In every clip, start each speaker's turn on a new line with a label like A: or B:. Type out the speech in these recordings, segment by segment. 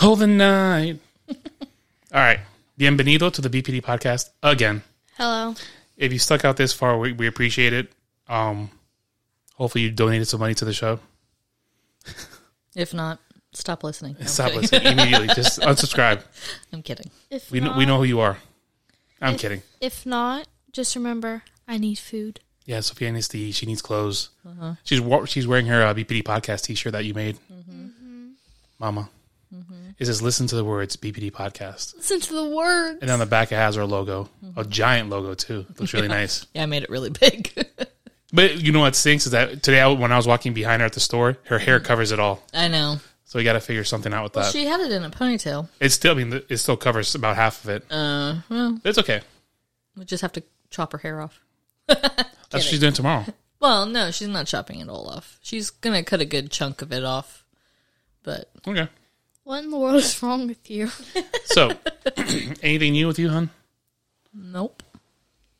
A: Hold the night. All right. Bienvenido to the BPD podcast again.
B: Hello.
A: If you stuck out this far, we, we appreciate it. Um, hopefully, you donated some money to the show.
B: If not, stop listening. No, I'm
A: Stop
B: kidding.
A: listening immediately. Just unsubscribe.
B: I'm kidding.
C: If
A: We,
C: not,
A: know, we know who you are. I'm
C: if-
A: kidding.
C: If not, just remember, I need food.
A: Yeah, Sophia needs to eat. She needs clothes. She's wa- she's wearing her uh, BPD podcast t shirt that you made, Mm-hmm. Mama. It says, "Listen to the words BPD podcast,"
C: Listen to the words.
A: and on the back it has our logo, a giant logo too. Looks really nice.
B: Yeah, I made it really big.
A: But you know what stinks is that today I, when I was walking behind her at the store, her hair covers it all.
B: I know.
A: So we got to figure something out with that.
B: Mm-hmm. she had it in a ponytail.
A: it still, I mean, it still covers about half of it.
B: Uh, well,
A: It's okay.
B: we just have to chop her hair off.
A: That's what she's doing tomorrow.
B: Well, no, she's not chopping it all off. She's gonna cut a good chunk of it off. But
A: Okay.
C: What in the world is wrong with you?
A: So, anything new with you, hun?
B: nope.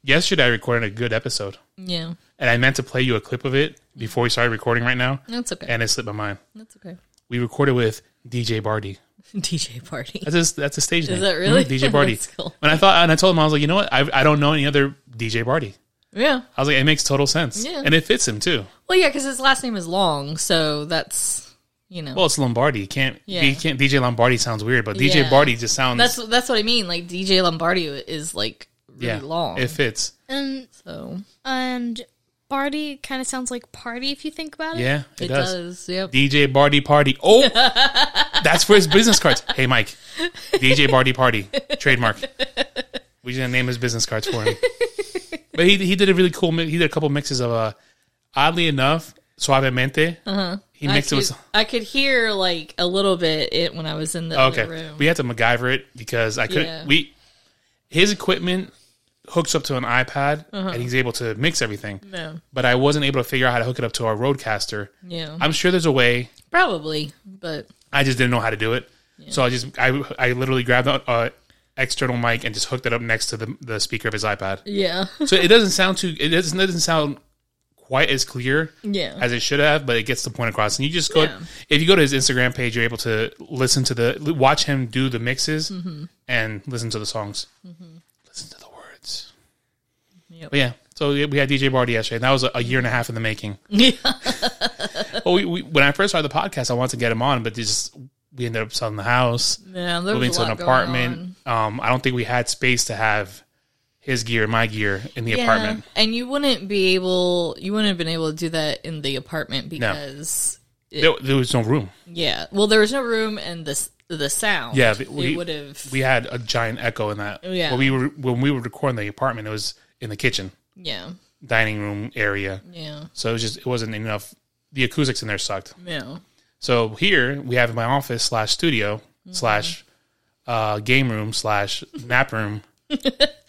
A: Yesterday I recorded a good episode,
B: Yeah,
A: and I meant to play you a clip of it before we started recording right now,
B: that's okay.
A: and it slipped my mind.
B: that's okay.
A: We recorded with DJ Barty.
B: DJ party.
A: That's his, that's his stage name.
B: that really?
A: Mhm, DJ Barty.
B: That's cool.
A: And I thought, and I told him I was like, you know what? I, I don't know any other DJ Barty.
B: Yeah.
A: I was like, it makes total sense,
B: Yeah.
A: and it fits him too.
B: Well, yeah, because his last name is long, so that's you know.
A: Well, it's Lombardi. You can't
B: Yeah.
A: you can't DJ Lombardi sounds weird, but DJ
B: Yeah.
A: Barty just sounds
B: that's that's what I mean. Like DJ Lombardi is like really
A: yeah
B: long.
A: It fits.
C: and
B: so
C: and Barty kind of sounds like party if you think about it.
A: Yeah, it,
B: it,
A: does.
B: does. Yep.
A: DJ Barty Party. Oh, that's for his business cards. Hey, Mike, DJ Barty Party trademark. We're just gonna name his business cards for him. But he he did a really cool. mi- He did a couple mixes of uh, oddly enough, suavemente. Uh-huh. He
B: I
A: mixed it
B: could,
A: with
B: I could hear like a little bit it when I was in the
A: okay.
B: other room.
A: We had to MacGyver it because I couldn't.
B: Yeah.
A: We his equipment hooks up to an iPad
B: Uh-huh.
A: and he's able to mix everything.
B: Yeah.
A: but I wasn't able to figure out how to hook it up to our roadcaster.
B: Yeah.
A: I'm sure there's a way.
B: Probably, but
A: I just didn't know how to do it. So I just I I literally grabbed an uh, external mic and just hooked it up next to the the speaker of his iPad.
B: yeah.
A: So it doesn't sound too it doesn't it doesn't sound quite as clear
B: Yeah.
A: as it should have, but it gets the point across. And you just go
B: Yeah.
A: if you go to his Instagram page, you're able to listen to the watch him do the mixes
B: Mm-hmm.
A: and listen to the songs, listen to the words.
B: Yep.
A: But yeah, so we had DJ Barty yesterday, and that was a, a year and a half in the making.
B: yeah.
A: Well, we, we, when I first started the podcast, I wanted to get him on, but they just we ended up selling the house,
B: Yeah, there was
A: moving
B: a
A: to an
B: lot going on.
A: apartment. Um, I don't think we had space to have his gear and my gear in the
B: Yeah.
A: apartment.
B: And you wouldn't be able you wouldn't have been able to do that in the apartment because
A: There, there was no room.
B: yeah. Well there was no room and the s- the sound.
A: Yeah, but
B: we would have
A: We had a giant echo in that.
B: Yeah.
A: When we were when we were recording the apartment, it was in the kitchen,
B: yeah.
A: dining room area.
B: Yeah.
A: So it was just it wasn't enough. The acoustics in there sucked.
B: Yeah.
A: So here we have my office slash studio
B: Mm-hmm.
A: slash uh, game room slash nap room.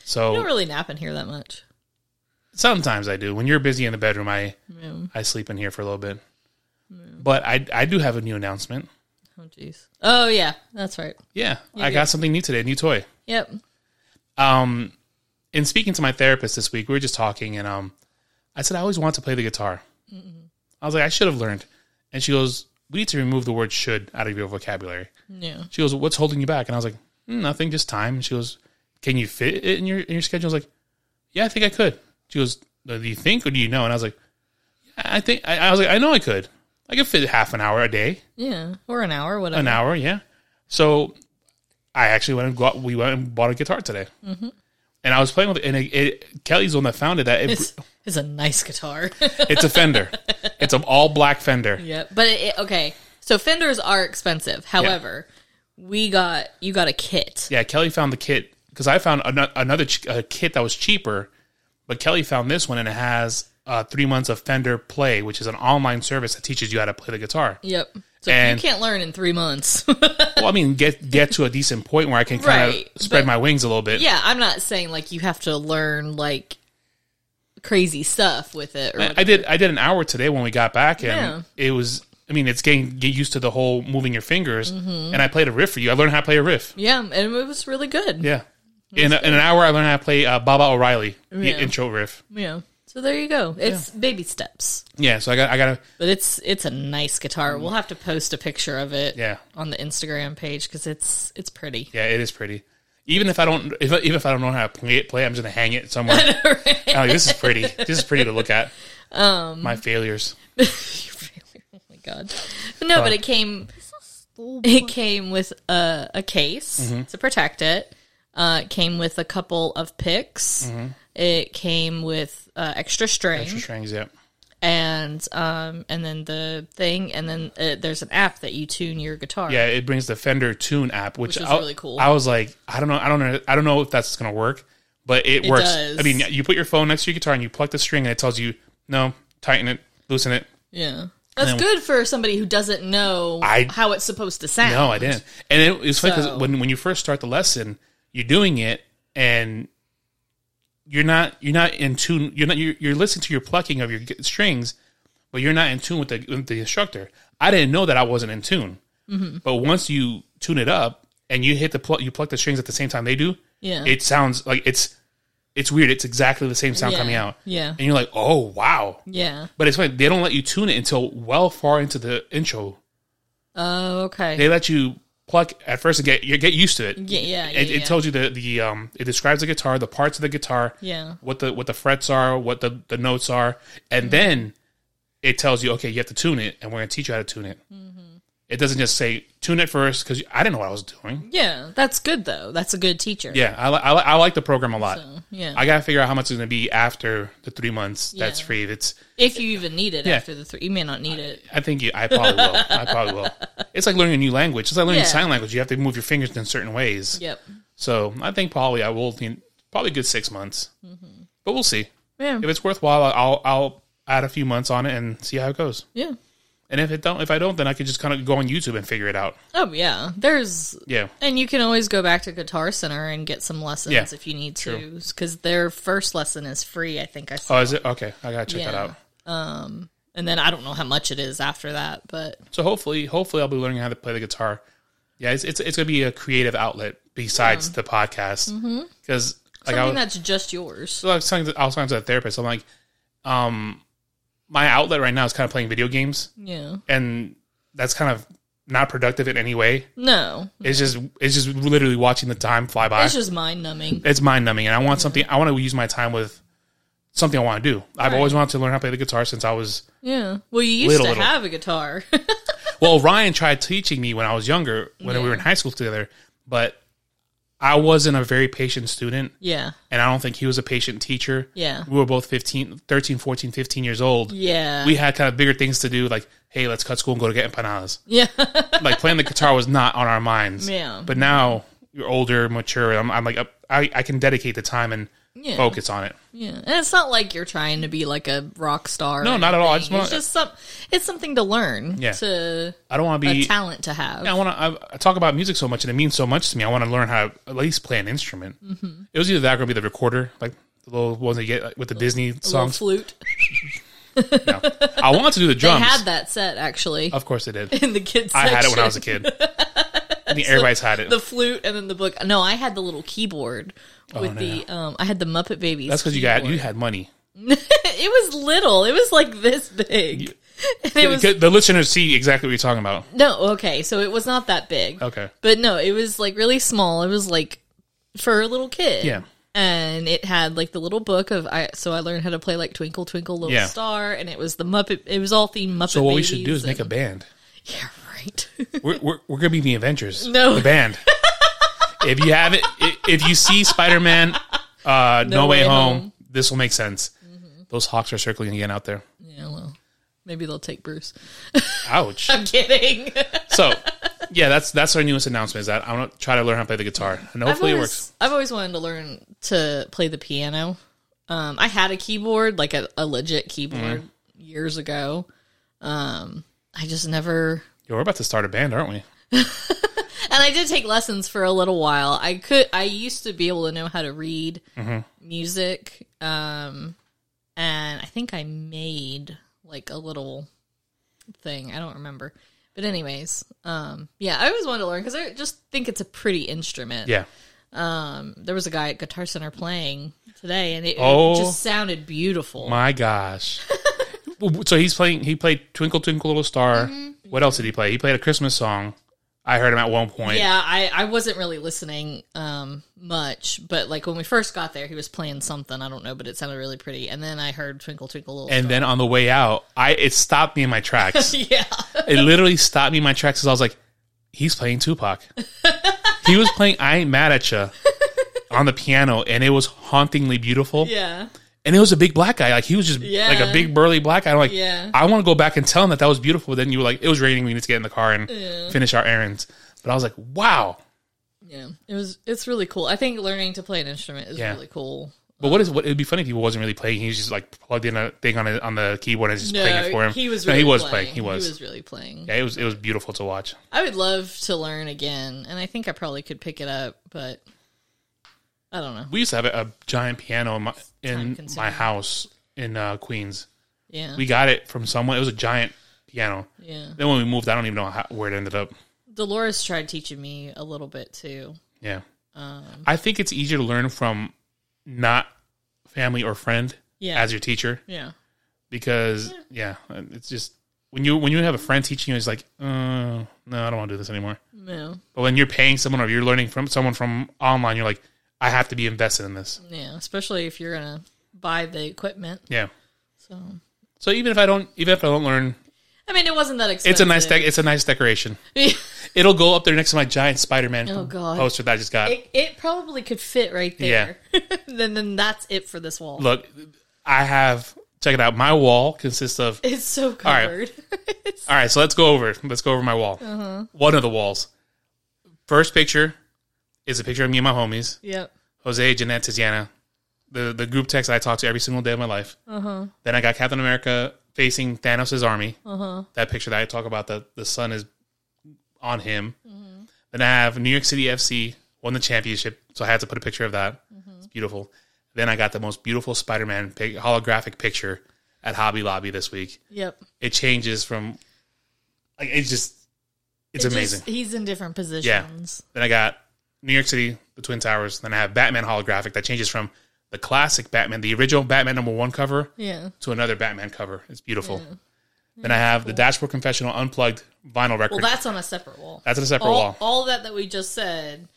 A: So
B: I don't really nap in here that much.
A: Sometimes I do. When you're busy in the bedroom, I I sleep in here for a little bit. But I I do have a new announcement.
B: Oh jeez. Oh yeah, that's right.
A: Yeah, I got something new today, a new toy.
B: Yep.
A: Um, in speaking to my therapist this week, we were just talking, and um, I said I always want to play the guitar. I was like, I should have learned. And she goes, We need to remove the word "should" out of your vocabulary.
B: Yeah.
A: She goes, What's holding you back? And I was like, "Mm, Nothing, just time. And she goes, Can you fit it in your in your schedule? I was like, Yeah, I think I could. She goes, Do you think or do you know? And I was like, "Yeah, I think I, I was like, I know I could. I could fit half an hour a day,
B: Yeah. Or an hour, whatever.
A: an hour, yeah. So I actually went and got, we went and bought a guitar today, and I was playing with it. And it, it, Kelly's the one that found it. That it,
B: It's, it's a nice guitar.
A: it's a Fender. It's an all black Fender.
B: yeah, but it, it- okay. So fenders are expensive. However, we got you got a kit.
A: Yeah, Kelly found the kit because I found ano- another ch- uh, kit that was cheaper, but Kelly found this one and it has uh, three months of Fender Play, which is an online service that teaches you how to play the guitar.
B: Yep. So
A: And-
B: you can't learn in three months.
A: Well, I mean, get get to a decent point where I can kind of
B: Right,
A: spread
B: but-
A: my wings a little bit.
B: yeah, I'm not saying like you have to learn like crazy stuff with it. Or
A: I, I did I did an hour today when we got back, and it was. I mean, it's getting get used to the whole moving your fingers, and I played a riff for you. I learned how to play a riff.
B: yeah, and it was really good.
A: Yeah, in, a, in an hour, I learned how to play uh, Baba O'Reilly the
B: Yeah.
A: intro riff.
B: Yeah. So there you go. It's baby steps.
A: Yeah, so I got I got to
B: But it's it's a nice guitar. We'll have to post a picture of it
A: Yeah.
B: on the Instagram page because it's it's pretty.
A: Yeah, it is pretty. Even if I don't, if, even if I don't know how to play it, play, it, I'm just gonna hang it somewhere. I'm like, this is pretty. This is pretty to look at. Um, my failures.
B: oh my god! But no, but it came it came with a, a case
A: Mm-hmm.
B: to protect it. Uh, it came with a couple of picks. It came with uh, extra string
A: Mm-hmm. Extra strings. Yep.
B: and um and then the thing and then uh, there's an app that you tune your guitar.
A: Yeah, it brings the Fender Tune app, which,
B: Which is
A: I-
B: really cool.
A: I was like, I don't know, I don't know, I don't know if that's gonna work, but it, works.
B: does.
A: I mean, you put your phone next to your guitar and you pluck the string, and it tells you, no, tighten it, loosen it.
B: Yeah. That's good for somebody who doesn't know
A: I-
B: how it's supposed to sound.
A: No, I didn't. And it, it's funny 'cause
B: So-
A: when when you first start the lesson, you're doing it and you're not you're not in tune. You're not you're, you're listening to your plucking of your g- strings, but you're not in tune with the with the instructor. I didn't know that I wasn't in tune.
B: Mm-hmm.
A: But once you tune it up and you hit the pluck, you pluck the strings at the same time they do.
B: Yeah.
A: it sounds like it's it's weird. It's exactly the same sound
B: Yeah,
A: coming out.
B: yeah.
A: and you're like, oh wow.
B: Yeah.
A: But it's funny they don't let you tune it until well far into the intro
B: Oh, okay.
A: they let you pluck at first and get you get used to it.
B: yeah, yeah, yeah.
A: It,
B: yeah.
A: it tells you the the um it describes the guitar, the parts of the guitar,
B: Yeah. Mm-hmm.
A: what the what the frets are, what the the notes are, and then it tells you okay, you have to tune it, and we're gonna teach you how to tune it.
B: Mm-hmm.
A: It doesn't just say tune it first because I didn't know what I was doing.
B: Yeah, that's good though. That's a good teacher.
A: Yeah, I li- I, li- I like the program a lot.
B: So, yeah.
A: I gotta figure out how much it's gonna be after the three months that's
B: Yeah.
A: free. That's
B: if you even need it
A: Yeah.
B: after the three, you may not need it.
A: I think you, I probably will. I probably will. It's like learning a new language. It's like learning
B: Yeah.
A: sign language. You have to move your fingers in certain ways.
B: Yep.
A: So I think probably I will think probably a good six months,
B: Mm-hmm.
A: but we'll see
B: Yeah.
A: if it's worthwhile. I'll I'll add a few months on it and see how it goes.
B: Yeah.
A: And if it don't, if I don't, then I could just kind of go on YouTube and figure it out.
B: Oh yeah. There's
A: Yeah,
B: and you can always go back to Guitar Center and get some lessons
A: Yeah.
B: if you need to, because their first lesson is free. I think I saw.
A: oh, is it okay? I gotta check that
B: Yeah.
A: out.
B: And then I don't know how much it is after that, but
A: So hopefully, hopefully I'll be learning how to play the guitar. Yeah, it's it's, it's gonna be a creative outlet besides the podcast because like I
B: Mm-hmm. something
A: was,
B: that's just yours.
A: so I was talking to, I was talking to a therapist. I'm like, um, my outlet right now is kind of playing video games,
B: Yeah.
A: and that's kind of not productive in any way.
B: No,
A: It's just it's just literally watching the time fly by.
B: it's
A: It's,
B: just mind numbing.
A: mind numbing, and I want something. I want to use my time with something I want to do. I've always wanted to learn how to play the guitar since I was.
B: Yeah. Well, you used
A: Little,
B: to
A: little.
B: have a guitar.
A: Well, Ryan tried teaching me when I was younger, when we were in high school together, but I wasn't a very patient student,
B: yeah.
A: and I don't think he was a patient teacher.
B: Yeah.
A: we were both 15, 13, 14, 15 years old.
B: Yeah.
A: We had kind of bigger things to do, like, hey, let's cut school and go to get empanadas.
B: yeah.
A: like playing the guitar was not on our minds.
B: Yeah.
A: But now you're older, mature. I'm, I'm like, uh, I, I can dedicate the time and
B: Yeah.
A: focus on it.
B: yeah. And it's not like you're trying to be like a rock star.
A: No,
B: or
A: not at all. I
B: anything.
A: just
B: it's
A: wanna-
B: just some. It's something to learn.
A: Yeah.
B: To
A: I don't want to
B: a
A: be.
B: talent to have.
A: I want to. I, I talk about music so much, and it means so much to me. I want to learn how to at least play an instrument.
B: Mm-hmm.
A: It was either that or gonna be the recorder, like the little ones that you get like, with the Disney
B: Little
A: songs.
B: flute.
A: No. I want to do the
B: They
A: drums.
B: had that set actually
A: Of course, they did.
B: in the kids.
A: I had it when I was
B: section.
A: a kid. I think everybody's had it.
B: The flute and then the book. No, I had the little keyboard with
A: Oh, no,
B: the. Um, I had the Muppet Babies.
A: That's because you got you had money.
B: it was little. It was like this big. And it was
A: the listeners see exactly what you're talking about.
B: no okay. So it was not that big.
A: Okay.
B: But no, it was like really small. It was like for a little kid.
A: Yeah.
B: And it had like the little book of I so I learned how to play like Twinkle Twinkle Little
A: Yeah.
B: Star and it was the Muppet it was all themed Muppet.
A: So what we should do is
B: Babies
A: make a band.
B: and- Yeah, right.
A: We're, we're, we're gonna be the Avengers.
B: No.
A: the band. if you haven't, i- if you see Spider Man, uh, No, Way,
B: Way
A: home,
B: Home. Mm-hmm.
A: this will make sense. Those hawks are circling again out there.
B: Yeah, well, maybe they'll take Bruce.
A: Ouch.
B: I'm kidding.
A: so, yeah, that's that's our newest announcement. Is that I'm gonna try to learn how to play the guitar, and
B: I've
A: hopefully it
B: always,
A: works.
B: I've always wanted to learn to play the piano. Um, I had a keyboard, like a, a legit keyboard, years ago. Um, I just never
A: Yo, we're about to start a band, aren't we?
B: and I did take lessons for a little while. I could I used to be able to know how to read music, um, and I think I made like a little thing. I don't remember, but anyways, um, yeah, I always wanted to learn because I just think it's a pretty instrument.
A: Yeah.
B: Um, there was a guy at Guitar Center playing today, and it,
A: Oh.
B: just sounded beautiful.
A: My gosh. so he's playing. He played Twinkle Twinkle Little Star.
B: Mm-hmm.
A: What else did he play? He played a Christmas song. I heard him at one point.
B: yeah, I, I wasn't really listening um much, but like when we first got there, he was playing something I don't know, but it sounded really pretty. And then I heard "Twinkle Twinkle Little."
A: And then on the way out, I it stopped me in my tracks.
B: Star. yeah,
A: it literally stopped me in my tracks because I was like, he's playing Tupac. he was playing I Ain't Mad at Ya on the piano, and it was hauntingly beautiful.
B: yeah,
A: And it was a big black guy. Like, he was just
B: Yeah.
A: like a big burly black guy. I'm like,
B: Yeah.
A: I want to go back and tell him that that was beautiful. Then you were like, it was raining. We need to get in the car and finish our errands. But I was like, wow.
B: yeah. It was it's really cool. I think learning to play an instrument is
A: Yeah.
B: really cool.
A: But what is what? It'd be funny if he wasn't really playing. He was just like plugged in a thing on a, on the keyboard and just playing it for him.
B: he was.
A: No,
B: Really
A: he was
B: playing.
A: playing. He was.
B: He was really playing.
A: Yeah, it was. It was beautiful to watch.
B: I would love to learn again, and I think I probably could pick it up, but I don't know.
A: We used to have a, a giant piano in my, in
B: time-consuming.
A: my house in uh, Queens.
B: Yeah,
A: We got it from someone. It was a giant piano.
B: yeah.
A: Then when we moved, I don't even know how, where it ended up.
B: Dolores tried teaching me a little bit too.
A: Yeah,
B: Um,
A: I think it's easier to learn from not family or friend
B: Yeah.
A: as your teacher
B: Yeah.
A: because yeah. it's just when you when you have a friend teaching you, it's like, uh, no, I don't want to do this anymore.
B: No.
A: But when you're paying someone or you're learning from someone from online, you're like, I have to be invested in this.
B: Yeah, especially if you're gonna buy the equipment.
A: Yeah.
B: So
A: So even if I don't, even if I don't learn,
B: I mean, it wasn't that expensive.
A: it's a nice, dec it's a nice decoration. It'll go up there next to my giant Spider-Man
B: Oh, God.
A: poster that I just got.
B: it, it probably could fit right there. then then that's it for this wall.
A: Look, I have check it out. My wall consists of
B: It's so
A: right.
B: covered. It's-
A: all right. So let's go over. Let's go over my wall.
B: Uh-huh.
A: One of the walls. First picture is a picture of me and my homies,
B: yep.
A: Jose, Jeanette, Tiziana, the the group text I talk to every single day of my life.
B: Uh-huh.
A: Then I got Captain America facing Thanos' army.
B: Uh-huh.
A: That picture that I talk about that the sun is on him.
B: Mm-hmm.
A: Then I have New York City FC won the championship, so I had to put a picture of that.
B: Mm-hmm.
A: It's beautiful. Then I got the most beautiful Spider-Man pic- holographic picture at Hobby Lobby this week.
B: Yep.
A: It changes from like it's just it's
B: It just-
A: amazing.
B: he's in different positions.
A: Then I got New York City, the Twin Towers. Then I have Batman holographic that changes from the classic Batman, the original Batman number one cover,
B: Yeah.
A: to another Batman cover. It's beautiful. Then I have the Dashboard Confessional unplugged vinyl record.
B: Well, that's on a separate wall.
A: That's on a separate
B: all,
A: wall.
B: All that that we just said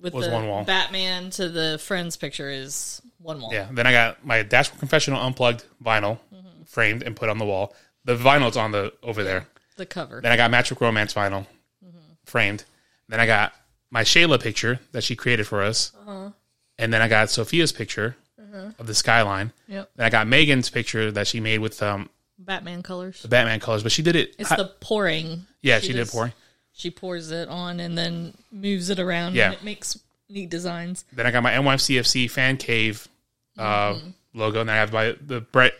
B: with
A: Was
B: the
A: one wall.
B: Batman to the Friends picture is one wall.
A: yeah. Then I got my Dashboard Confessional unplugged vinyl
B: Mm-hmm.
A: framed and put on the wall. The vinyl's on the over there.
B: The cover.
A: Then I got Matchbook Romance vinyl
B: Mm-hmm.
A: framed. Then I got my Shayla picture that she created for us.
B: Uh-huh.
A: And then I got Sophia's picture of the skyline.
B: yep.
A: Then I got Megan's picture that she made with um,
B: Batman colors.
A: the Batman colors, but she did it.
B: It's
A: hi-
B: the pouring.
A: yeah, she, did
B: just-
A: pouring.
B: She pours it on and then moves it around.
A: Yeah.
B: And it makes neat designs.
A: Then I got my NYCFC fan cave uh,
B: Mm-hmm.
A: logo, and then I have my the Brett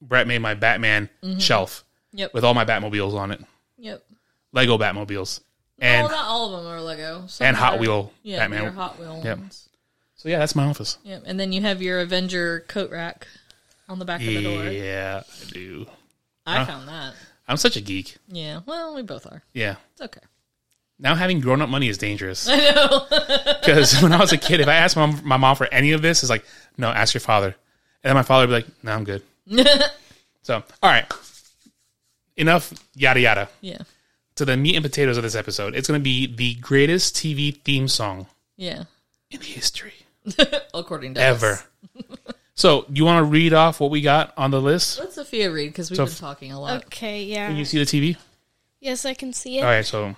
A: Brett made my Batman
B: Mm-hmm.
A: shelf
B: Yep.
A: with all my Batmobiles on it,
B: yep.
A: Lego Batmobiles, and
B: well, not all of them are Lego. Some
A: and Hot
B: are-
A: Wheel
B: Yeah,
A: Batman.
B: your Hot Wheel
A: Yep.
B: ones.
A: so yeah, that's my office.
B: Yep. And then you have your Avenger coat rack on the back of the door.
A: Yeah, I do.
B: I found that.
A: I'm such a geek.
B: Yeah. Well, we both are.
A: Yeah.
B: It's okay.
A: Now having grown up money is dangerous. I know. Because when I was a kid, if I asked my, my mom for any of this, it's like, no, ask your father. And then my father would be like, no, I'm good. so, all right. Enough yada yada.
B: Yeah.
A: To the meat and potatoes of this episode, it's going to be the greatest TV theme song
B: Yeah.
A: in history
B: According to
A: ever.
B: us.
A: so, you want to read off what we got on the list?
B: Let Sophia read because we've
A: So-
B: been talking a lot.
C: Okay,
A: Can
C: yeah.
A: you see the TV?
C: Yes, I can see
A: All
C: it.
A: right. So,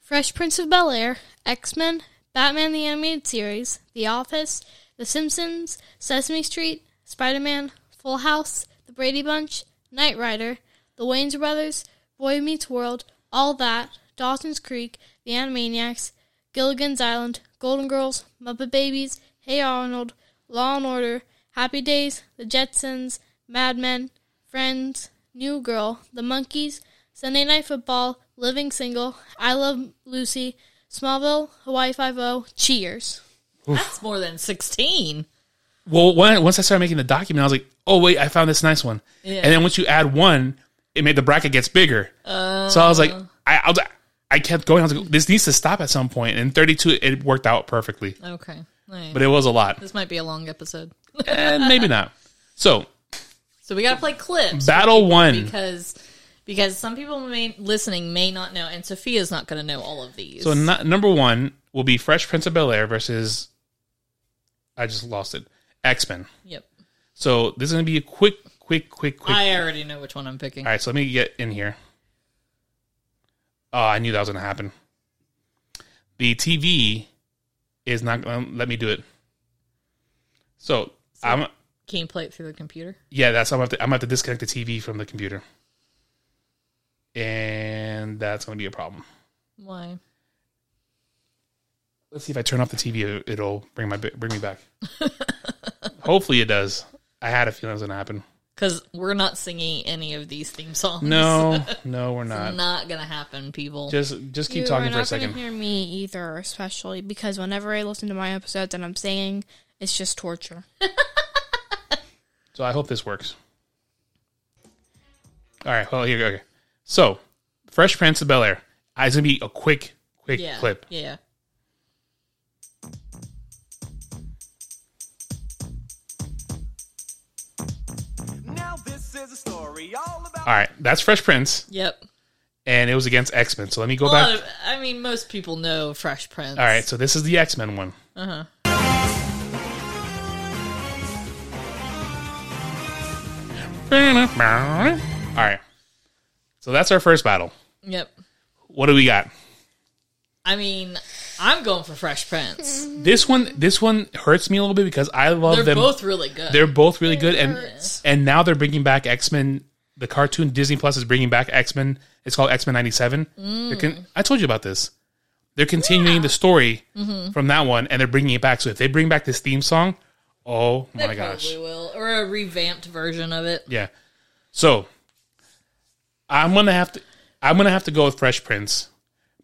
C: Fresh Prince of Bel Air, X Men, Batman the Animated Series, The Office, The Simpsons, Sesame Street, Spider Man, Full House, The Brady Bunch, Knight Rider, The Waynes Brothers, Boy Meets World, All That, Dawson's Creek, The Animaniacs, Gilligan's Island, Golden Girls, Muppet Babies, Hey Arnold, Law and Order, Happy Days, The Jetsons, Mad Men, Friends, New Girl, The Monkees, Sunday Night Football, Living Single, I Love Lucy, Smallville, Hawaii Five O, Cheers.
B: That's more than 16.
A: Well, when, once I started making the document, I was like, oh, wait, I found this nice one. And then once you add one, it made the bracket gets bigger. so I was like,
B: Oh.
A: I, I, was, I kept going. I was like, this needs to stop at some point. And 32, it worked out perfectly.
B: Okay. Alright.
A: But it was a lot.
B: this might be a long episode.
A: and maybe not. So,
B: So we got to play clips
A: battle one.
B: because because some people may, listening may not know, and Sophia's not going to know all of these.
A: So no- number one will be Fresh Prince of Bel Air versus I just lost it. X Men.
B: yep.
A: So this is gonna be a quick, quick, quick, quick.
B: I already know which one I'm picking.
A: All right, so let me get in here. Oh, I knew that was gonna happen. The TV is not gonna let me do it. So, I'm
B: Can you play it through the computer?
A: yeah. That's I'm gonna have to, I'm gonna have to disconnect the TV from the computer, and that's gonna be a problem.
B: Why?
A: Let's see if I turn off the TV, it- it'll bring my bring me back. Hopefully, it does. I had a feeling it was gonna happen.
B: Because we're not singing any of these theme songs.
A: No, no, we're
B: It's
A: not.
B: not going to happen, people.
A: Just just keep
C: you
A: talking
C: are
A: for a
C: not going
A: second.
C: to hear me either, especially because whenever I listen to my episodes and I'm singing, it's just torture.
A: So I hope this works. All right, well here, okay. So, Fresh Prince of Bel Air. It's gonna be a quick, quick
B: yeah.
A: clip.
B: Yeah.
D: Now this is a story all about
A: All right, that's Fresh Prince,
B: Yep.
A: and it was against X Men. So let me go
B: A
A: back.
B: lot of- I mean, most people know Fresh Prince.
A: All right, so this is the X Men one.
B: Uh-huh.
A: Uh huh. All right. So that's our first battle.
B: Yep.
A: What do we got?
B: I mean, I'm going for Fresh Prince.
A: This one, this one hurts me a little bit because I love
B: They're
A: them.
B: both really good.
A: they're both really good, and and now they're bringing back X Men. The cartoon Disney Plus is bringing back X Men. It's called X Men '97.
B: Mm.
A: Con- I told you about this. They're continuing the story
B: Mm-hmm.
A: from that one, and they're bringing it back. So if they bring back this theme song, oh
B: They
A: my gosh,
B: probably will, or a revamped version of it.
A: Yeah. So I'm gonna have to I'm gonna have to go with Fresh Prince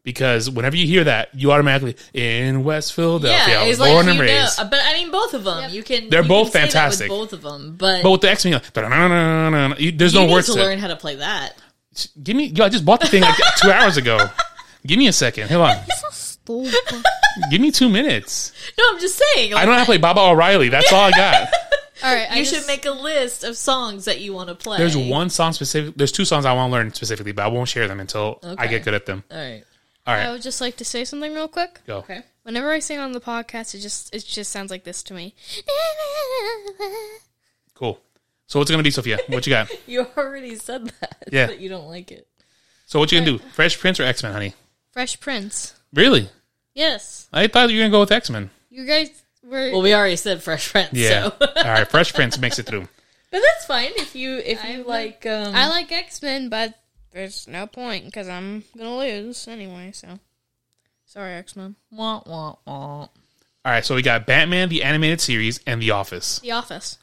A: because whenever you hear that, you automatically in West Philadelphia, I was
B: it's like
A: born
B: you
A: and
B: know- uh,
A: raised.
B: but I mean, both of them. You can.
A: They're
B: you
A: both
B: can say that with
A: fantastic.
B: both of them, but,
A: but with the X Men, there's
B: you
A: no
B: need
A: words
B: to
A: to,
B: learn how to play that.
A: it. Give me, yo, I just bought the thing like two hours ago. Give me a second. Hold on. Give me two minutes.
B: No, I'm just saying.
A: I
B: Like,
A: don't have to play Baba O'Reilly. That's all I got.
C: All right, I
B: you
C: just-
B: should make a list of songs that you want to play.
A: There's one song specific. There's two songs I want to learn specifically, but I won't share them until I
B: Okay.
A: get good at them.
B: All right.
A: All
C: I
A: right,
C: would just like to say something real quick.
A: go.
B: Okay.
C: Whenever I sing on the podcast, it just it just sounds like this to me.
A: Cool. So what's it gonna be, Sophia? What you got?
B: You already said that.
A: Yeah.
B: But you don't like it.
A: So what you gonna do? Fresh Prince or X Men, honey?
C: Fresh Prince.
A: Really?
C: Yes,
A: I thought you were gonna go with X Men.
C: you guys were.
B: Well, we already said Fresh Prince.
A: Yeah.
B: So.
A: All
B: but
A: right. Fresh Prince makes it through.
B: that's fine if you if you like. Um,
C: I like X Men, but there's no point because I'm gonna lose anyway. So, sorry, X Men.
B: wah, wah, wah.
A: All right. So we got Batman the animated series and The Office.
C: The Office.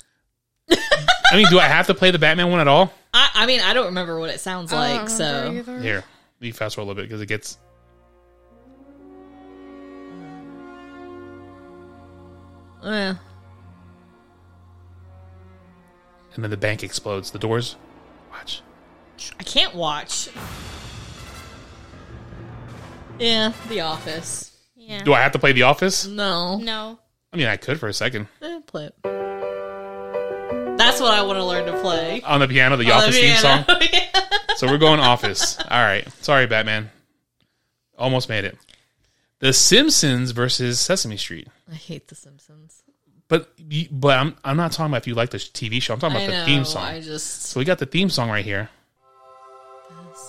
A: I mean, do I have to play the Batman one at all?
B: I, I mean, I don't remember what it sounds
C: I
B: like.
C: don't
B: So
C: remember either.
A: Here, let me fast roll a little bit because it gets.
B: Eh.
A: And then the bank explodes. The doors. Watch.
B: I can't watch. Yeah, The Office.
C: Yeah.
A: Do I have to play The Office?
B: No,
C: no.
A: I mean, I could for a second
B: Eh, play it. That's what I want to learn to play.
A: on the piano. The
B: On the
A: Office theme
B: piano.
A: song. So we're going Office. All right. Sorry, Batman. Almost made it. The Simpsons versus Sesame Street.
B: I hate The Simpsons.
A: But you- but I'm I'm not talking about if you like the TV show. I'm talking about
B: I
A: the
B: know.
A: theme song.
B: I just
A: So we got the theme song right here.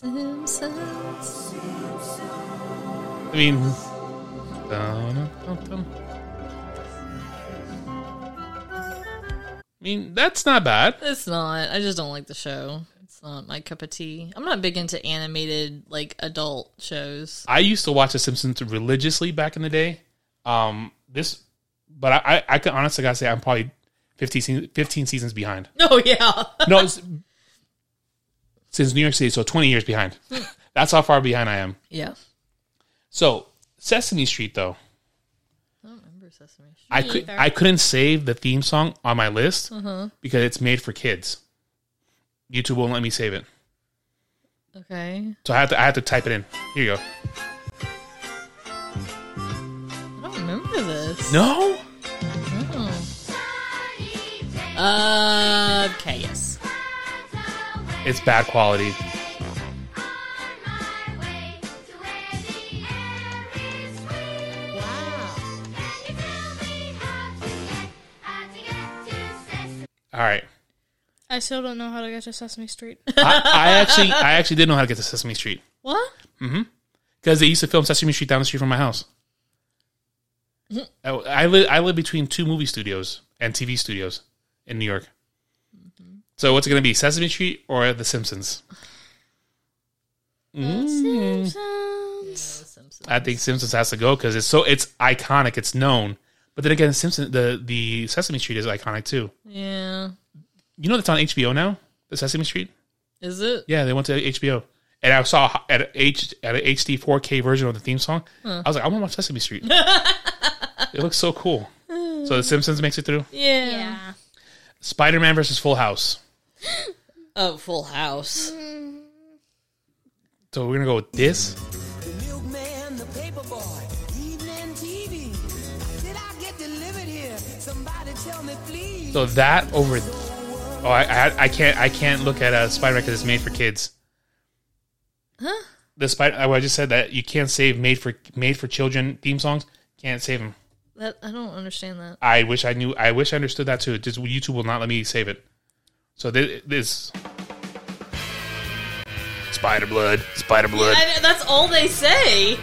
B: Simpsons.
A: I mean, Dun, dun, dun. I mean, that's not bad.
B: It's not. I just don't like the show. It's not my cup of tea. I'm not big into animated like adult shows.
A: I used to watch The Simpsons religiously back in the day. Um, this, but I, I, I could honestly gotta say I'm probably 15, se- 15 seasons behind.
B: Oh yeah.
A: No, it's, since New York City, so 20 years behind. That's how far behind I am.
B: yeah.
A: So Sesame Street, though,
B: I don't remember Sesame Street.
A: I could I couldn't save the theme song on my list because it's made for kids. YouTube won't let me save it,
B: Okay.
A: so I have to I have to type it in. Here you go.
B: I don't remember this.
A: No,
B: Uh, okay, yes.
A: it's bad quality. All right,
C: I still don't know how to get to Sesame Street.
A: I, I actually I actually did know how to get to Sesame Street
B: What?
A: because they used to film Sesame Street down the street from my house. I, I live I live between two movie studios and TV studios in New York. So what's it going to be, Sesame Street or The Simpsons?
C: Simpsons.
B: The Simpsons.
A: I think Simpsons has to go because it's so it's iconic, it's known. But then again, Simpson the the Sesame Street is iconic too.
B: Yeah.
A: You know that's on HBO now, the Sesame Street.
B: Is it?
A: Yeah, they went to HBO, and I saw at a H at a HD 4K version of the theme song. I was like, I want to watch Sesame Street. it looks so cool. So the Simpsons makes it through.
B: Yeah.
C: Yeah.
A: Spider Man versus Full House.
B: Oh, Full House.
A: So we're gonna go with this.
D: The milkman, the paper boy, evening TV. Did I get delivered here? Somebody tell me, please.
A: So that over. Oh, I I, I can't I can't look at uh, Spider Man because it's made for kids.
B: Huh?
A: The Spider I just said that you can't save made for made for children theme songs. Can't save them.
B: That I don't understand that.
A: I wish I knew. I wish I understood that too. Just YouTube will not let me save it. So this, this Spider Blood, Spider Blood.
B: I, that's all they say.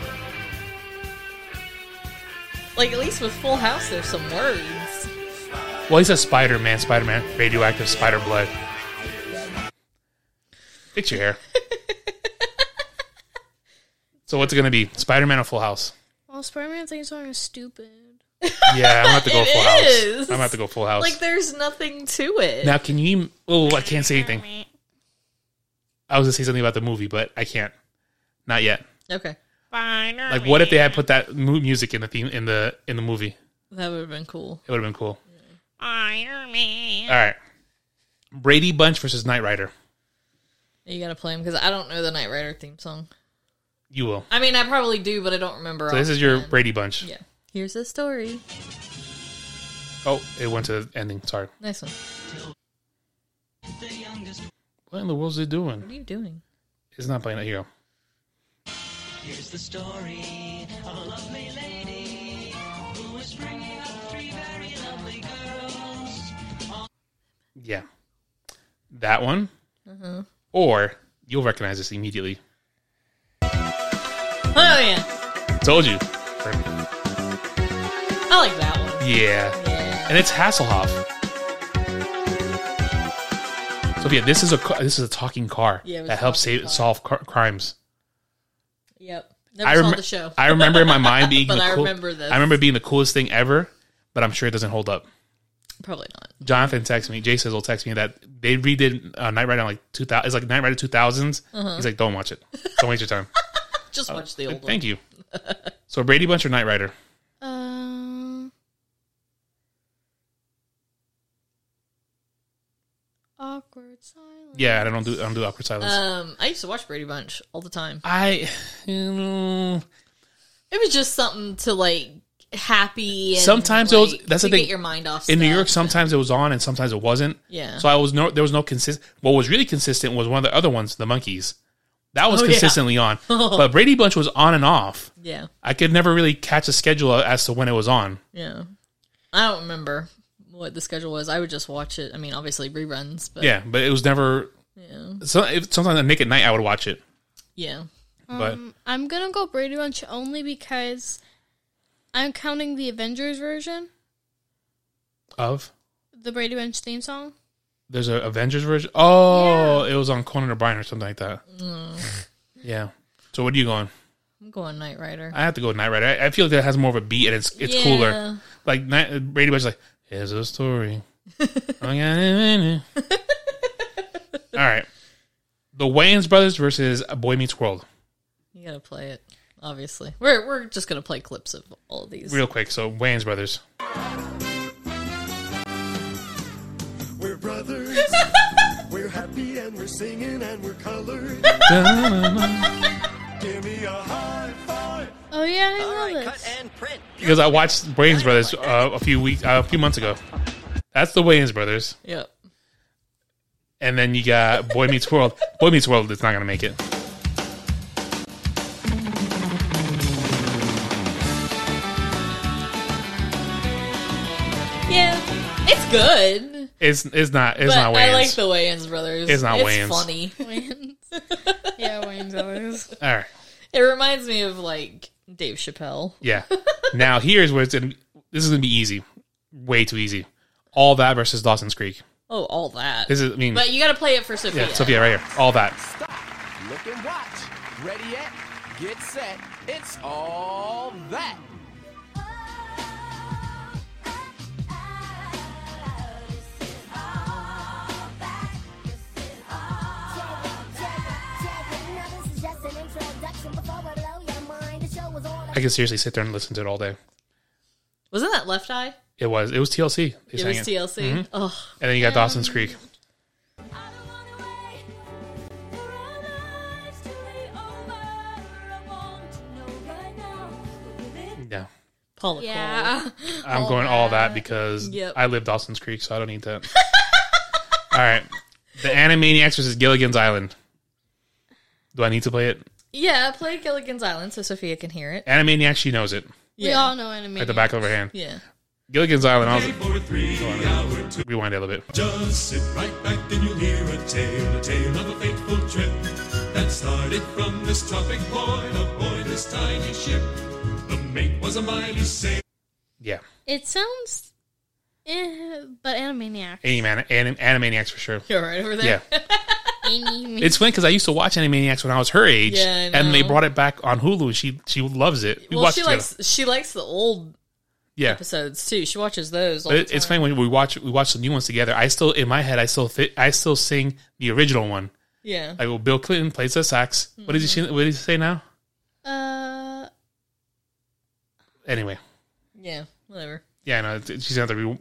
B: Like at least with Full House, there's some words.
A: Well, he's a Spider Man, Spider Man, radioactive Spider Blood. Fix your hair. so what's it gonna be? Spider Man or Full House?
C: Well, Spider Man theme song is stupid.
A: Yeah, I'm gonna have to go
B: It
A: Full
B: is.
A: House. I'm gonna have to go Full House.
B: Like there's nothing to it.
A: now, can you? Oh, I can't say anything. I was gonna say something about the movie, but I can't. Not yet.
B: Okay,
A: Like, what if they had put that mu- music in the theme in the in the movie?
B: that would have been cool.
A: It would have been cool. All right, Brady Bunch versus Knight Rider.
B: You gotta play them because I don't know the Knight Rider theme song.
A: You will.
B: I mean, I probably do, but I don't remember.
A: So this is your Brady Bunch.
B: yeah. Here's the story.
A: Oh, it went to the ending. Sorry.
B: Nice one.
A: What in the world is it doing?
B: What are you doing?
A: It's not playing it. Here. you go.
E: Here's the story of a lovely lady who was bringing up three very lovely girls.
A: Yeah, that one.
B: Mm-hmm.
A: Or you'll recognize this immediately.
B: Oh yeah,
A: Told you.
B: I like that one.
A: Yeah.
B: Yeah.
A: and it's Hasselhoff. So yeah, this is a ca- this is a talking car
B: Yeah, it was
A: that
B: a
A: helps
B: talking
A: save,
B: car.
A: solve car- crimes.
B: Yep. Never
A: I
B: saw
A: remember
B: the show.
A: I remember in my mind being
B: But
A: the
B: I
A: cool-
B: remember this.
A: I remember being the coolest thing ever, but I'm sure it doesn't hold up.
B: probably not.
A: Jonathan texted me. Jay says will text me that they redid uh, Night Rider on like 2000. It's like Night Rider 2000s.
B: Uh-huh.
A: He's like, don't watch it. Don't waste your time.
B: Just watch the old one.
A: Oh, Thank you. So Brady Bunch or Night Rider?
C: Um. Awkward silence.
A: Yeah, I don't do I don't do awkward silence.
B: Um, I used to watch Brady Bunch all the time.
A: I you know,
B: It was just something to like happy. And,
A: Sometimes
B: like,
A: it was- that's
B: to
A: the thing.
B: Get your mind off
A: in New
B: stuff.
A: York, sometimes it was on and sometimes it wasn't.
B: Yeah.
A: So I was no, there was no consist. What was really consistent was one of the other ones, the monkeys. That was
B: Oh, yeah.
A: consistently on, but Brady Bunch was on and off.
B: yeah,
A: I could never really catch a schedule as to when it was on.
B: yeah. I don't remember what the schedule was. I would just watch it. I mean, obviously reruns, but
A: Yeah, but it was never.
B: yeah,
A: So if, sometimes at Nick at night, I would watch it.
B: yeah.
A: But
B: Mm.
C: I'm gonna go Brady Bunch only because I'm counting the Avengers version,
A: Of
C: the Brady Bunch theme song.
A: there's a Avengers version. Oh, it was on Conan O'Brien or something like that.
B: Mm.
A: yeah. So what are you going?
B: I'm going Knight Rider.
A: I have to go with Knight Rider. I, I feel like that has more of a beat and it's it's
B: Yeah.
A: cooler. Like Night, Brady Bunch, is like here's a story. All right, the Wayans brothers versus Boy Meets World.
B: You gotta play it. Obviously, we're we're just gonna play clips of all of these.
A: Real quick, so Wayans brothers.
F: We're brothers. we're happy and we're singing and we're colored. Give me a high five.
C: Oh yeah, I
E: All
C: love
E: right,
C: this.
E: cut and print.
A: because I watched Wayans Brothers uh, a few weeks, uh, a few months ago. That's the Wayans Brothers,
B: Yep.
A: and then you got Boy Meets World. Boy Meets World is not gonna make it.
B: Yeah, it's good.
A: It's it's not it's
B: But
A: not Wayans.
B: I like the Wayans brothers.
A: It's not
B: it's
A: Wayans.
B: Funny.
C: Wayans. yeah, Wayne's always.
A: All right,
B: It reminds me of like Dave Chappelle.
A: yeah. now here's where it's gonna. This is gonna be easy, way too easy. All that versus Dawson's Creek.
B: Oh, all that.
A: This is I mean,
B: but you gotta play it for Sophia.
A: yeah, Sophia right here. All that.
G: Stop. Look and watch. Ready yet? Get set. It's all that.
A: I could seriously sit there and listen to it all day.
B: Wasn't that Left Eye?
A: It was it was TLC. They
B: It
A: sang
B: was
A: it.
B: TLC.
A: Mm-hmm.
B: Oh,
A: And then you got Dawson's Creek. Yeah.
B: Paula Cole.
C: Yeah.
A: I'm going all that because
B: Yep.
A: I live Dawson's Creek, so I don't need that. all right. The Animaniacs versus Gilligan's Island. Do I need to play it?
B: Yeah, play Gilligan's Island so Sophia can hear it.
A: Animaniacs, she knows it
C: We
B: Yeah.
C: all know what I mean.
A: at the back of her hand.
B: Yeah.
A: Gilligan's Island. I was, rewind it a little bit.
H: Just sit right back and you'll hear a tale, a tale of a fateful trip that started from this tropic point aboard this tiny ship. The mate was a mighty sailor.
A: Yeah,
C: It sounds, eh, but Animaniac.
A: Animani- anim- Animaniacs for sure.
B: You're right over
A: Yeah,
B: there.
C: Animaniac.
A: it's funny because I used to watch Animaniacs when I was her age,
B: Yeah, I
A: and they
B: know.
A: brought it back on Hulu. She she loves it. We
B: Well,
A: watched
B: she
A: it together.
B: likes she likes the old
A: yeah,
B: episodes too. She watches those all
A: But it,
B: the time.
A: it's funny when we watch we watch the new ones together. I still in my head I still thi- I still sing the original one.
B: Yeah.
A: Like well, Bill Clinton plays the sax. What does he what does he say now?
C: uh,
A: Anyway,
B: Yeah. Whatever.
A: yeah, no, it's- she's gonna have to re-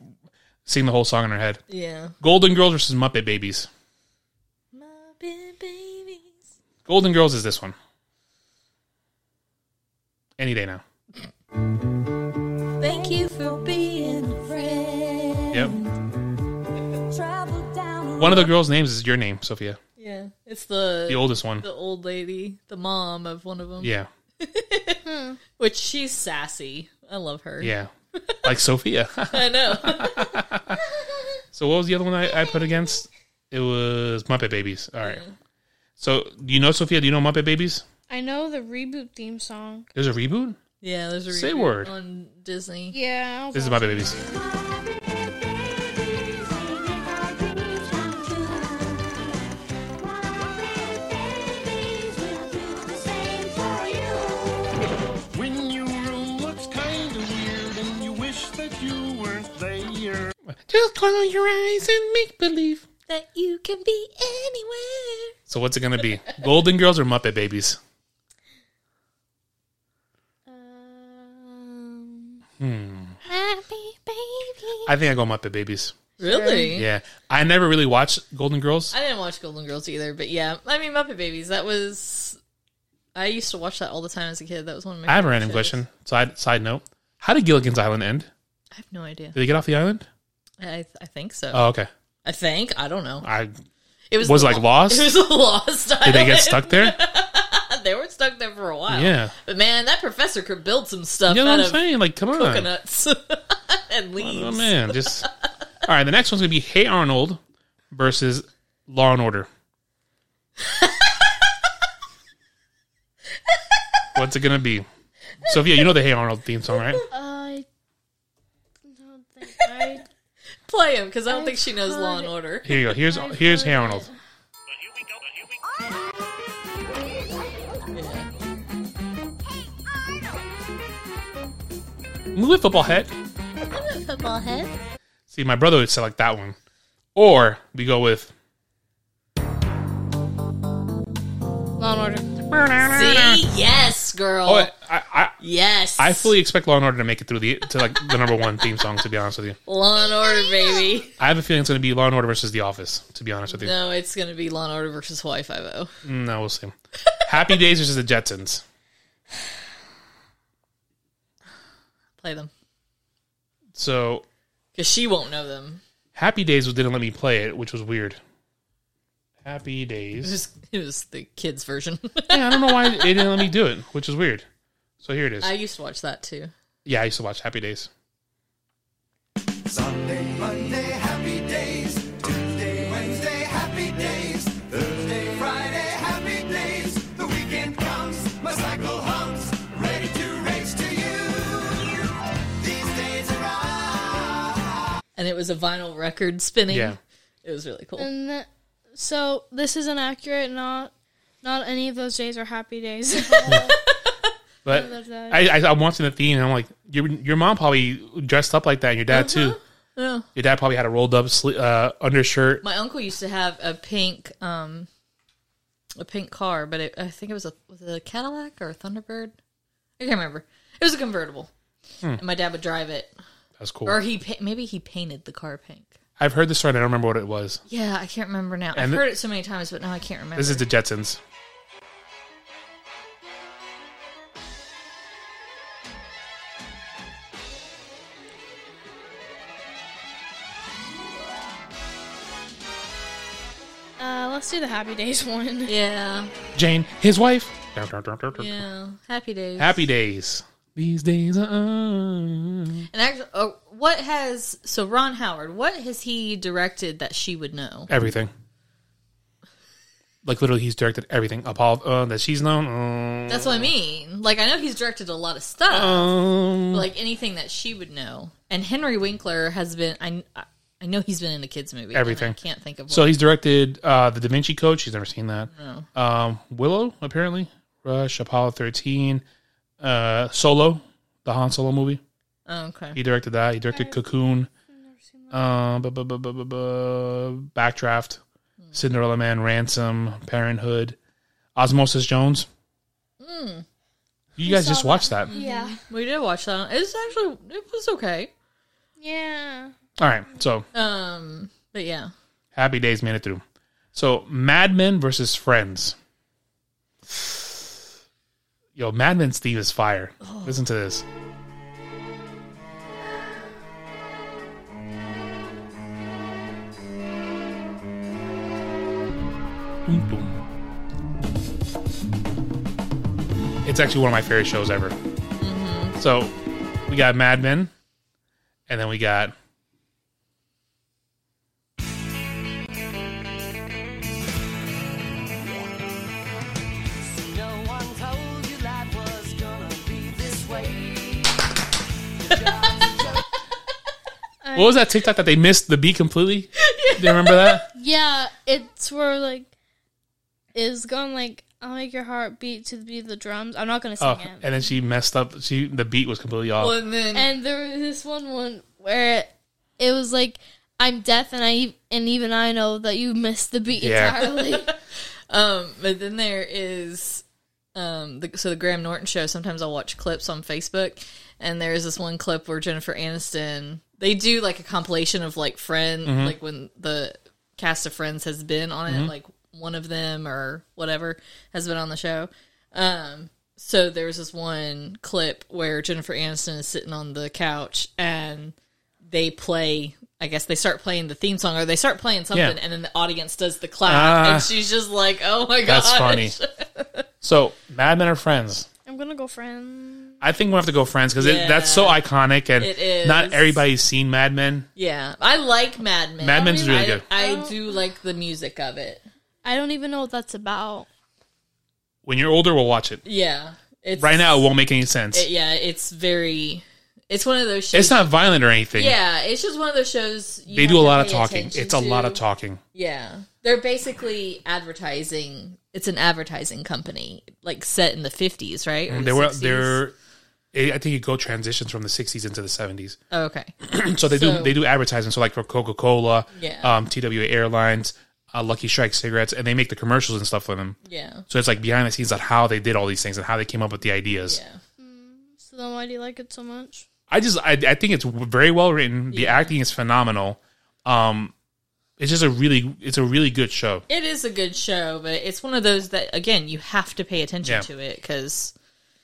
A: sing the whole song in her head.
B: Yeah.
A: Golden Girls versus Muppet Babies.
B: Muppet babies.
A: Golden Girls is this one. Any day now.
B: Thank you for being
A: Yep. One of the girls' names is your name, Sophia.
B: Yeah. It's the
A: The oldest one.
B: the old lady, the mom of one of them.
A: Yeah,
B: Which she's sassy. I love her.
A: yeah. Like Sophia.
B: I know.
A: so what was the other one I, I put against? It was Muppet Babies. All right. So do you know Sophia? Do you know Muppet Babies?
C: I know the reboot theme song.
A: There's a reboot.
B: yeah, there's a
A: Say
B: reboot
A: word.
B: on Disney.
C: Yeah. I was
A: This is
C: watching-
A: Muppet Babies.
F: When you rule, it's kind of weird, and you wish that you weren't there.
A: Just close your eyes and make believe.
B: That you can be anywhere.
A: So what's it gonna be? Golden Girls or Muppet Babies?
C: Um,
A: Hmm.
C: Happy baby.
A: I think I go Muppet Babies.
B: Really?
A: Yeah, I never really watched Golden Girls.
B: I didn't watch Golden Girls either, but yeah, I mean Muppet Babies. That was I used to watch that all the time as a kid. That was one of my.
A: I have a
B: favorite
A: random
B: shows.
A: question. Side side note: How did Gilligan's Island end?
B: I have no idea.
A: Did they get off the island?
B: I I think so.
A: Oh, okay.
B: I think I don't know.
A: I
B: It was
A: was
B: the
A: like
B: lo-
A: lost.
B: It was a lost.
A: Did they get stuck there?
B: they were stuck there for a while.
A: Yeah.
B: but man, that professor could build some stuff
A: You know
B: out
A: what I'm
B: of
A: saying? Like, come on.
B: coconuts and leaves.
A: Oh man, just all right. The next one's gonna be Hey Arnold versus Law and Order. What's it gonna be? Sophia, you know the Hey Arnold theme song, right?
C: I don't think I.
B: Play him because I don't think she knows
C: I've
B: Law and
C: heard-
B: Order.
A: Here you go. Here's
C: I've
A: here's
C: heard
A: Hey Arnold.
C: it.
A: Move it, football head.
C: Football head.
A: See, my brother would select that one, or we go with
C: Law and Order.
B: See, yes, girl,
A: oh, I, I
B: yes.
A: I fully expect Law and Order to make it through the to like the number one theme song. To be honest with you,
B: Law and Order, baby.
A: I have a feeling it's going to be Law and Order versus The Office. To be honest with you, Mm,
B: No, it's gonna be Law and Order versus Hawaii Five O.
A: no, we'll see. Happy Days versus The Jetsons.
B: Play them
A: So
B: because she won't know them.
A: Happy Days didn't let me play it, which was weird. Happy Days.
B: It was, it was the kids' version.
A: Yeah, I don't know why it didn't let me do it, which is weird. So here it is.
B: I used to watch that too.
A: yeah, I used to watch Happy Days.
D: Sunday, Monday, happy days. Tuesday, Wednesday, happy days. Thursday, Friday, happy days. The weekend comes, my cycle humps, ready to race to you. These days are ours.
B: And it was a vinyl record spinning.
A: Yeah.
B: It was really cool.
C: And th- so this is inaccurate. Not not any of those days are happy days.
A: But
C: love that.
A: I, I, I'm watching the theme and I'm like, your, your mom probably dressed up like that and your dad too.
B: Uh-huh. Yeah.
A: Your dad probably had a rolled up sli- uh, undershirt.
B: My uncle used to have a pink, um, a pink car, but it, I think it was a was it a Cadillac or a Thunderbird. I can't remember. It was a convertible, Hmm. and my dad would drive it,
A: That's cool.
B: or he pa- maybe he painted the car pink.
A: I've heard this story and I don't remember what it was.
B: Yeah, I can't remember now. I've
A: And the-
B: heard it so many times, but now I can't remember.
A: This is the Jetsons.
C: uh, let's do the happy days one.
B: yeah,
A: Jane, his wife.
B: yeah. Happy days.
A: Happy Days. These days uh-uh. are. on.
B: and actually, oh, what has so Ron Howard? What has he directed that she would know?
A: Everything. Like literally, he's directed everything. Apollo uh, that she's known. uh,
B: That's what I mean. Like I know he's directed a lot of stuff.
A: um,
B: like anything that she would know. And Henry Winkler has been I I know he's been in a kids movie. and
A: Everything.
B: I can't think of
A: So
B: one.
A: he's directed uh, the Da Vinci Code. She's never seen that. Um, Willow, apparently. Rush, Apollo thirteen, uh, Solo, the Han Solo movie.
B: Oh, okay.
A: He directed that. He directed Cocoon. Um, bu- bu- bu- bu- bu- bu- Backdraft, Cinderella Man, Ransom, Parenthood, Osmosis Jones. You guys just watched that.
C: Yeah.
B: We did watch that. It's actually it was okay.
C: Yeah.
A: All right, so
B: Um but yeah.
A: Happy Days made it through. So Mad Men versus Friends. Yo, Mad Men's theme is fire. Listen to this. Dum, dum. It's actually one of my favorite shows ever. So we got Mad Men, and then we got
D: No one told you life was gonna be this way.
A: What was that TikTok that they missed the B completely? Do you remember that?
C: Yeah. It's where like is going like I'll make your heart beat to the beat of the drums. I'm not gonna sing
A: Oh,
C: it.
A: and then she messed up. She the beat was completely off.
B: Well, and then
C: and there was this one one where it, it was like I'm deaf and I and even I know that you missed the beat
A: Yeah.
C: entirely.
B: um but then there is um the, so the Graham Norton show sometimes I'll watch clips on Facebook and there is this one clip where Jennifer Aniston they do like a compilation of like friend like when the cast of friends has been on it like one of them or whatever has been on the show um so there was this one clip where Jennifer Aniston is sitting on the couch and they play I guess they start playing the theme song or they start playing something
A: Yeah.
B: and then the audience does the clap
A: Ah.
B: and she's just like, "Oh my god."
A: That's funny. So Mad Men are friends.
C: I'm gonna go friend.
A: I think we'll have to go friends because that's so iconic and
B: It is.
A: not everybody's seen Mad Men.
B: Yeah. I like Mad Men.
A: Mad Men's
C: I
A: is
C: mean,
A: really
B: I,
A: good.
B: I do like the music of it.
C: I don't even know what that's about.
A: When you're older, we'll watch it.
B: Yeah. It's,
A: Right now, it won't make any sense.
B: it- yeah, it's very. It's one of those shows.
A: it's not violent or anything.
B: yeah, it's just one of those shows. You
A: they
B: have
A: do a
B: to
A: lot of
B: pay
A: talking.
B: attention
A: It's a lot
B: to.
A: of talking.
B: Yeah, they're basically advertising. It's an advertising company, like set in the fifties, right? Or
A: Mm, They
B: the
A: were
B: 60s?
A: they're. I think you go transitions from the '60s into the '70s.
B: Oh, okay.
A: So they
B: So-
A: do they do advertising. So like for Coca Cola,
B: Yeah.
A: um, TWA Airlines, uh, Lucky Strike cigarettes, and they make the commercials and stuff for them.
B: Yeah.
A: So it's like behind the scenes on how they did all these things and how they came up with the ideas.
B: Yeah.
C: So then why do you like it so much?
A: I just I, I think it's very well written. The acting is phenomenal. Um, it's just a really it's a really good show.
B: It is a good show, but it's one of those that again you have to pay attention
A: Yeah.
B: to it because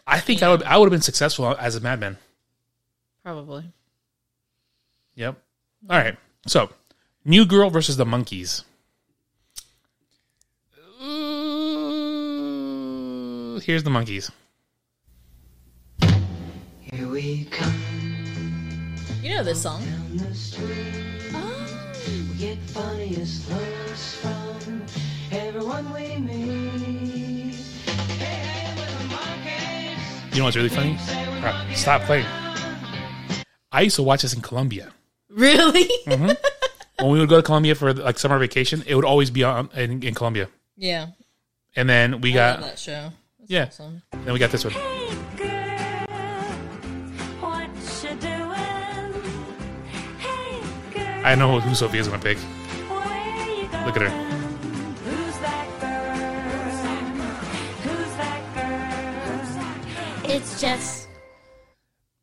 A: I think I would I would have been successful as a madman.
B: probably
A: Yep. All right. So, New Girl versus the Monkeys. Ooh,
B: Mm.
A: Here's the monkeys.
E: Here we come
B: you know this song.
E: down the street. We get funniest looks from everyone we meet. Hey, hey, we're the monkeys.
A: You know what's really funny? Crap, Stop playing. I used to watch this in Colombia.
B: Really?
A: When we would go to Colombia for like summer vacation, it would always be on in, in Colombia.
B: yeah.
A: And then we
B: I
A: got
B: love that show. Oh, That's
A: yeah.
B: awesome.
A: Then we got this one.
I: Hey girl, what you doing? Hey girl,
A: I know who Sophia's gonna pick.
I: where you going?
A: Look at her.
I: Who's that girl? Who's that girl?
C: It's just.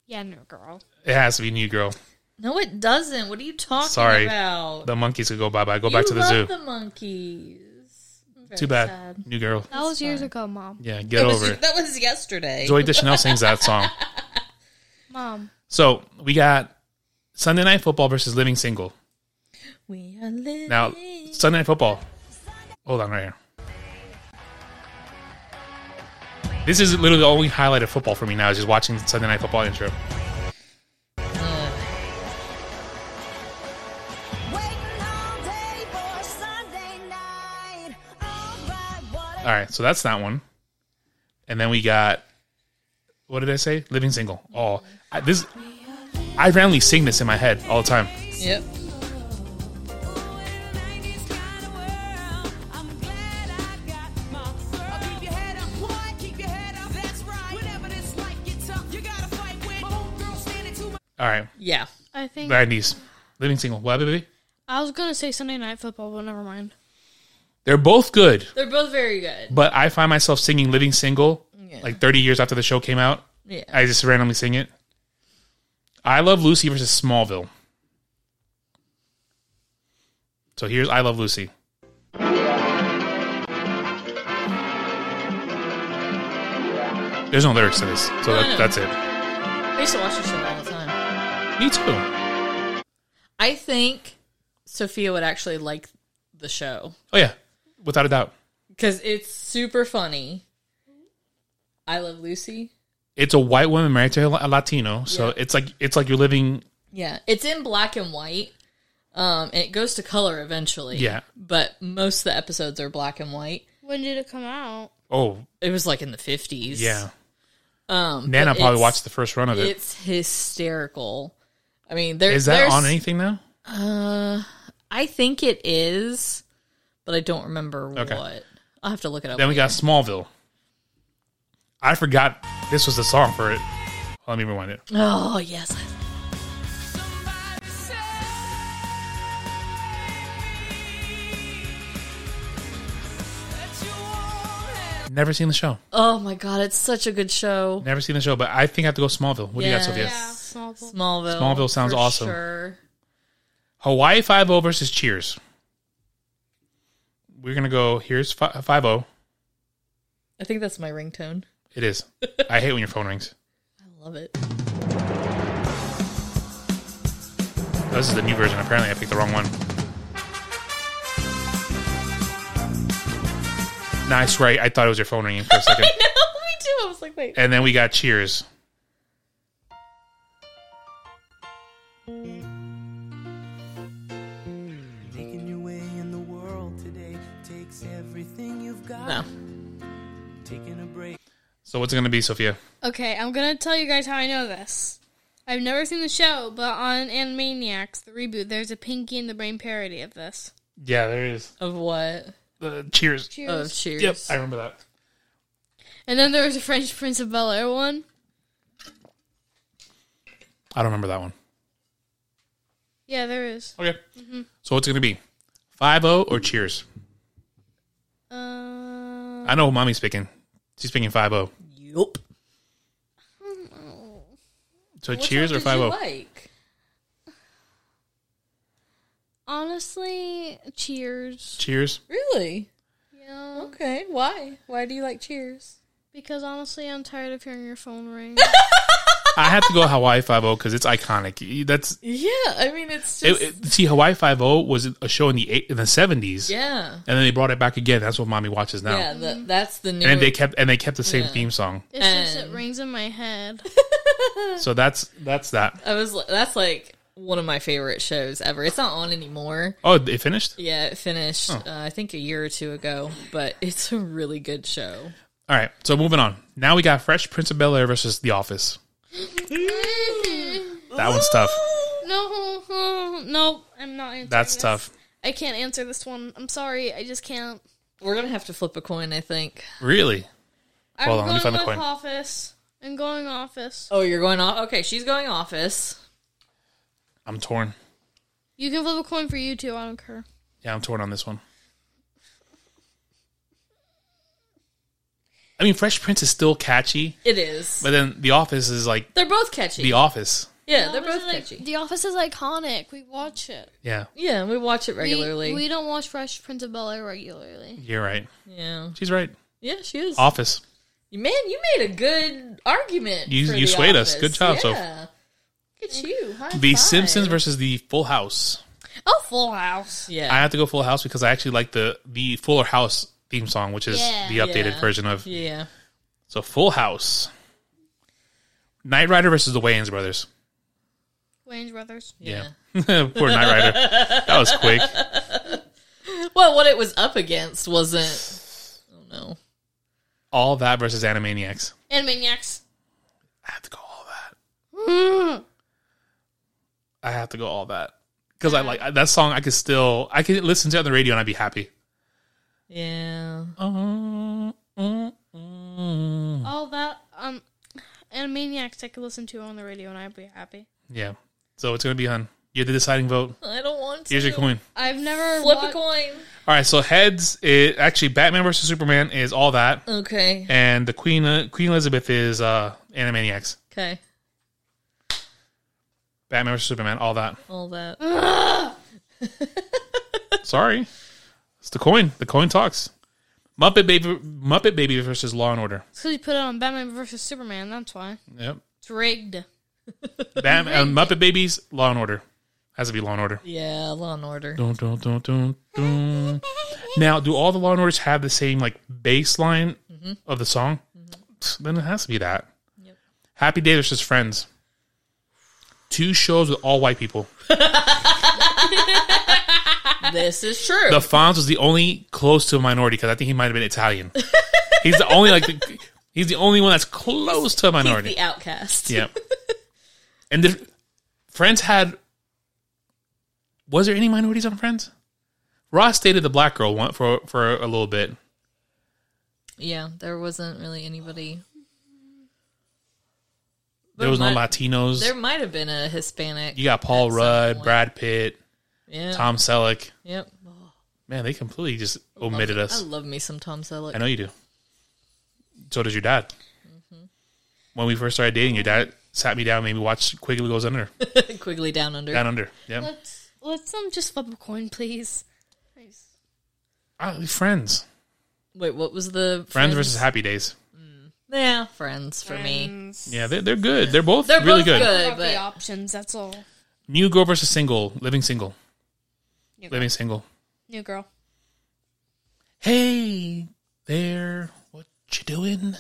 C: Yeah, no, girl.
A: It has to be New Girl.
B: No, it doesn't. What are you talking
A: Sorry.
B: about?
A: The monkeys could go bye bye. Go
B: you
A: back to the
B: love
A: zoo.
B: The monkeys. I'm very
A: Too bad.
B: sad.
A: New Girl.
C: That was years ago, Mom.
A: Yeah,
B: That
A: get
B: was,
A: over it.
B: that was yesterday.
A: Zoe Deschanel sings that song.
C: Mom.
A: So we got Sunday Night Football versus Living Single.
B: we are living.
A: Now, Sunday Night Football. Hold on right here. This is literally the only highlight of football for me now, is just watching the Sunday Night Football intro.
I: Waiting all day for Sunday night. All right, what
A: All right, so that's that one. And then we got, what did I say? Living Single. Oh, I, this, I randomly sing this in my head all the time.
B: yep.
A: All right,
B: Yeah.
C: I think.
A: Brandy's. Living Single. What, baby?
C: I was going to say Sunday Night Football, but never mind.
A: They're both good,
B: They're both very good.
A: but I find myself singing Living Single
B: Yeah.
A: like 30 years after the show came out.
B: yeah.
A: I just randomly sing it. I Love Lucy versus Smallville. So here's I Love Lucy. There's no lyrics to this, so
B: No, I
A: that,
B: know.
A: that's it.
B: I used to watch the show all the time.
A: Me too.
B: I think Sophia would actually like the show
A: Oh yeah, without a doubt,
B: because it's super funny. I love Lucy.
A: it's a white woman married to a Latino, so
B: Yeah.
A: it's like it's like you're living.
B: Yeah, it's in black and white. Um, and it goes to color eventually.
A: Yeah.
B: but most of the episodes are black and white.
C: When did it come out?
A: Oh
B: It was like in the fifties.
A: yeah,
B: Um,
A: Nana
B: but
A: probably
B: it's-
A: watched the first run of it.
B: It's hysterical. I mean, there
A: Is that
B: there's-
A: on anything now?
B: Uh, I think it is, but I don't remember
A: Okay.
B: what. I'll have to look it up.
A: Then we got Smallville. I forgot this was the song for it. Let me rewind it.
B: oh yes, I
A: Never seen the show.
B: Oh my god, it's such a good show.
A: Never seen the show, but I think I have to go Smallville. What do you got, Sophia?
B: Yeah.
C: Yeah, small. Bowl.
B: Smallville.
A: Smallville sounds
B: for
A: awesome.
B: Sure.
A: Hawaii Five O versus Cheers. We're gonna go. Here's Five O.
B: I think that's my ringtone.
A: It is. I hate when your phone rings.
B: I love it.
A: This is the new version. Apparently, I picked the wrong one. Nice, right? I thought it was your phone ringing for a
B: I know,
A: second.
B: me too. I was like, wait.
A: and then we got Cheers.
D: Making your way in the world today takes everything you've got.
B: No.
D: Taking a break.
A: So what's it gonna be, Sophia?
C: Okay, I'm gonna tell you guys how I know this. I've never seen the show, but on Animaniacs, the reboot, there's a Pinky and the Brain parody of this.
A: Yeah, there is.
B: Of what?
A: Uh, cheers.
C: Cheers.
B: Of Cheers.
A: Yep, I remember that.
C: And then there was a French Prince of Bel Air one.
A: I don't remember that one.
C: Yeah, there is.
A: Okay.
B: Mm-hmm.
A: So what's it gonna be? Five O or Cheers?
C: Uh,
A: I know who mommy's picking. She's picking five oh. O.
B: Yup.
A: So Cheers or five oh? O?
B: Like
C: honestly, Cheers.
A: Cheers.
B: really?
C: Yeah.
B: Okay. Why? Why do you like Cheers?
C: Because honestly, I'm tired of hearing your phone ring.
A: I have to go Hawaii Five O because it's iconic. That's
B: Yeah, I mean it's
A: it,
B: just
A: it- see Hawaii Five O was a show in the eight, in the seventies,
B: yeah,
A: and then they brought it back again. That's what mommy watches now.
B: yeah. The, that's the new.
A: and they kept and they kept the same theme song.
C: it's just it
B: And-
C: rings in my head.
A: So that's that's that.
B: I was. li- That's like one of my favorite shows ever. It's not on anymore.
A: Oh, it finished.
B: Yeah, it finished. Uh, I think a year or two ago, but it's a really good show.
A: All right. So moving on. Now we got Fresh Prince of Bel Air versus The Office. That one's tough.
C: no, nope, I'm not answering.
A: That's
C: this.
A: tough.
C: I can't answer this one. I'm sorry. I just can't.
B: We're gonna have to flip a coin, I think.
A: Really.
C: I'm
A: Hold on, let
C: going
A: me find the
C: with
A: coin.
C: office. I'm going office.
B: Oh, you're going off. Okay, she's going office.
A: I'm torn.
C: You can flip a coin for you two. I don't care.
A: Yeah, I'm torn on this one. I mean, Fresh Prince is still catchy,
B: It is.
A: but then The Office is like
B: they're both catchy.
A: The Office.
B: yeah, they're both
C: Office is,
B: catchy.
C: like, the Office is iconic. We watch it
A: Yeah,
B: yeah, we watch it
C: We-
B: regularly.
C: We, don't watch Fresh Prince of Bel Air regularly.
A: you're right.
B: yeah,
A: She's right.
B: yeah, she is.
A: Office.
B: Man, you made a good argument.
A: You-
B: for
A: you
B: The
A: swayed us.
B: Office.
A: Good job, Soph.
B: Yeah. Look at you. High
A: The
B: five.
A: Simpsons versus The Full House.
C: Oh, Full House.
B: Yeah.
A: I have to go Full House because I actually like the the Fuller House theme song, which is
C: Yeah.
A: the updated
B: Yeah.
A: version of
B: yeah.
A: So Full House. Knight Rider versus the Wayans brothers.
C: Wayne's Brothers.
A: Yeah. Poor Knight Rider. That was quick.
B: Well, what it was up against wasn't. Oh no.
A: All that versus Animaniacs.
C: Animaniacs.
A: I have to go all that. I have to go all that. Because I like that song I could still I could listen to it on the radio and I'd be happy.
B: Yeah.
C: All that. Um, Animaniacs I could listen to on the radio and I'd be happy.
A: Yeah. So it's gonna be hun. You're the deciding vote.
B: I don't want to.
A: Here's your coin.
C: I've never
B: Flip
C: wa-
B: a coin.
A: All right, so heads it actually Batman versus Superman is all that.
B: Okay.
A: and the Queen uh, Queen Elizabeth is uh, Animaniacs,
B: Okay.
A: Batman vs Superman, all that.
B: All that.
A: Sorry, it's the coin. The coin talks. Muppet Baby Muppet Baby versus Law and Order.
C: Because you put it on Batman versus Superman, that's why.
A: Yep.
C: It's rigged.
A: Bam, uh, Muppet Babies, Law and Order. Has to be Law and Order.
B: Yeah. Law and Order.
A: Dun, dun, dun, dun, dun. Now, do all the Law and Orders have the same like baseline of the song? Pfft, Then it has to be that. Happy Days versus Friends. Two shows with all white people.
B: this is true.
A: The Fonz was the only close to a minority because I think he might have been Italian. he's the only like the, he's the only one that's close to a
B: He's
A: minority.
B: the outcast.
A: yeah. And the, Friends had was there any minorities on Friends? Ross dated the black girl one for for a little bit.
B: Yeah. There wasn't really anybody.
A: There was no
B: might-
A: Latinos.
B: There might have been a Hispanic.
A: you got Paul
B: at some
A: Rudd,
B: point.
A: Brad Pitt,
B: Yeah.
A: Tom Selleck.
B: Yep.
A: Man, they completely just omitted
B: I
A: us.
B: love me some Tom Selleck.
A: I know you do. So does your dad.
B: Mm-hmm.
A: When we first started dating, your dad sat me down, made me watch Quigley Goes Under.
B: Quigley Down Under.
A: Down under. Yeah.
C: Let's let's um just flip a coin, please.
A: Ah, friends.
B: Wait, what was the
A: Friends versus Happy Days.
B: Yeah, friends for me.
A: Yeah, they're, they're good. They're both
B: They're
A: really
B: both
A: good.
B: good.
C: Got the
B: Uh, but-
C: options. That's all.
A: New Girl versus Single. Living Single.
C: New girl.
A: Living Single.
C: New girl.
A: Hey there. What you doing?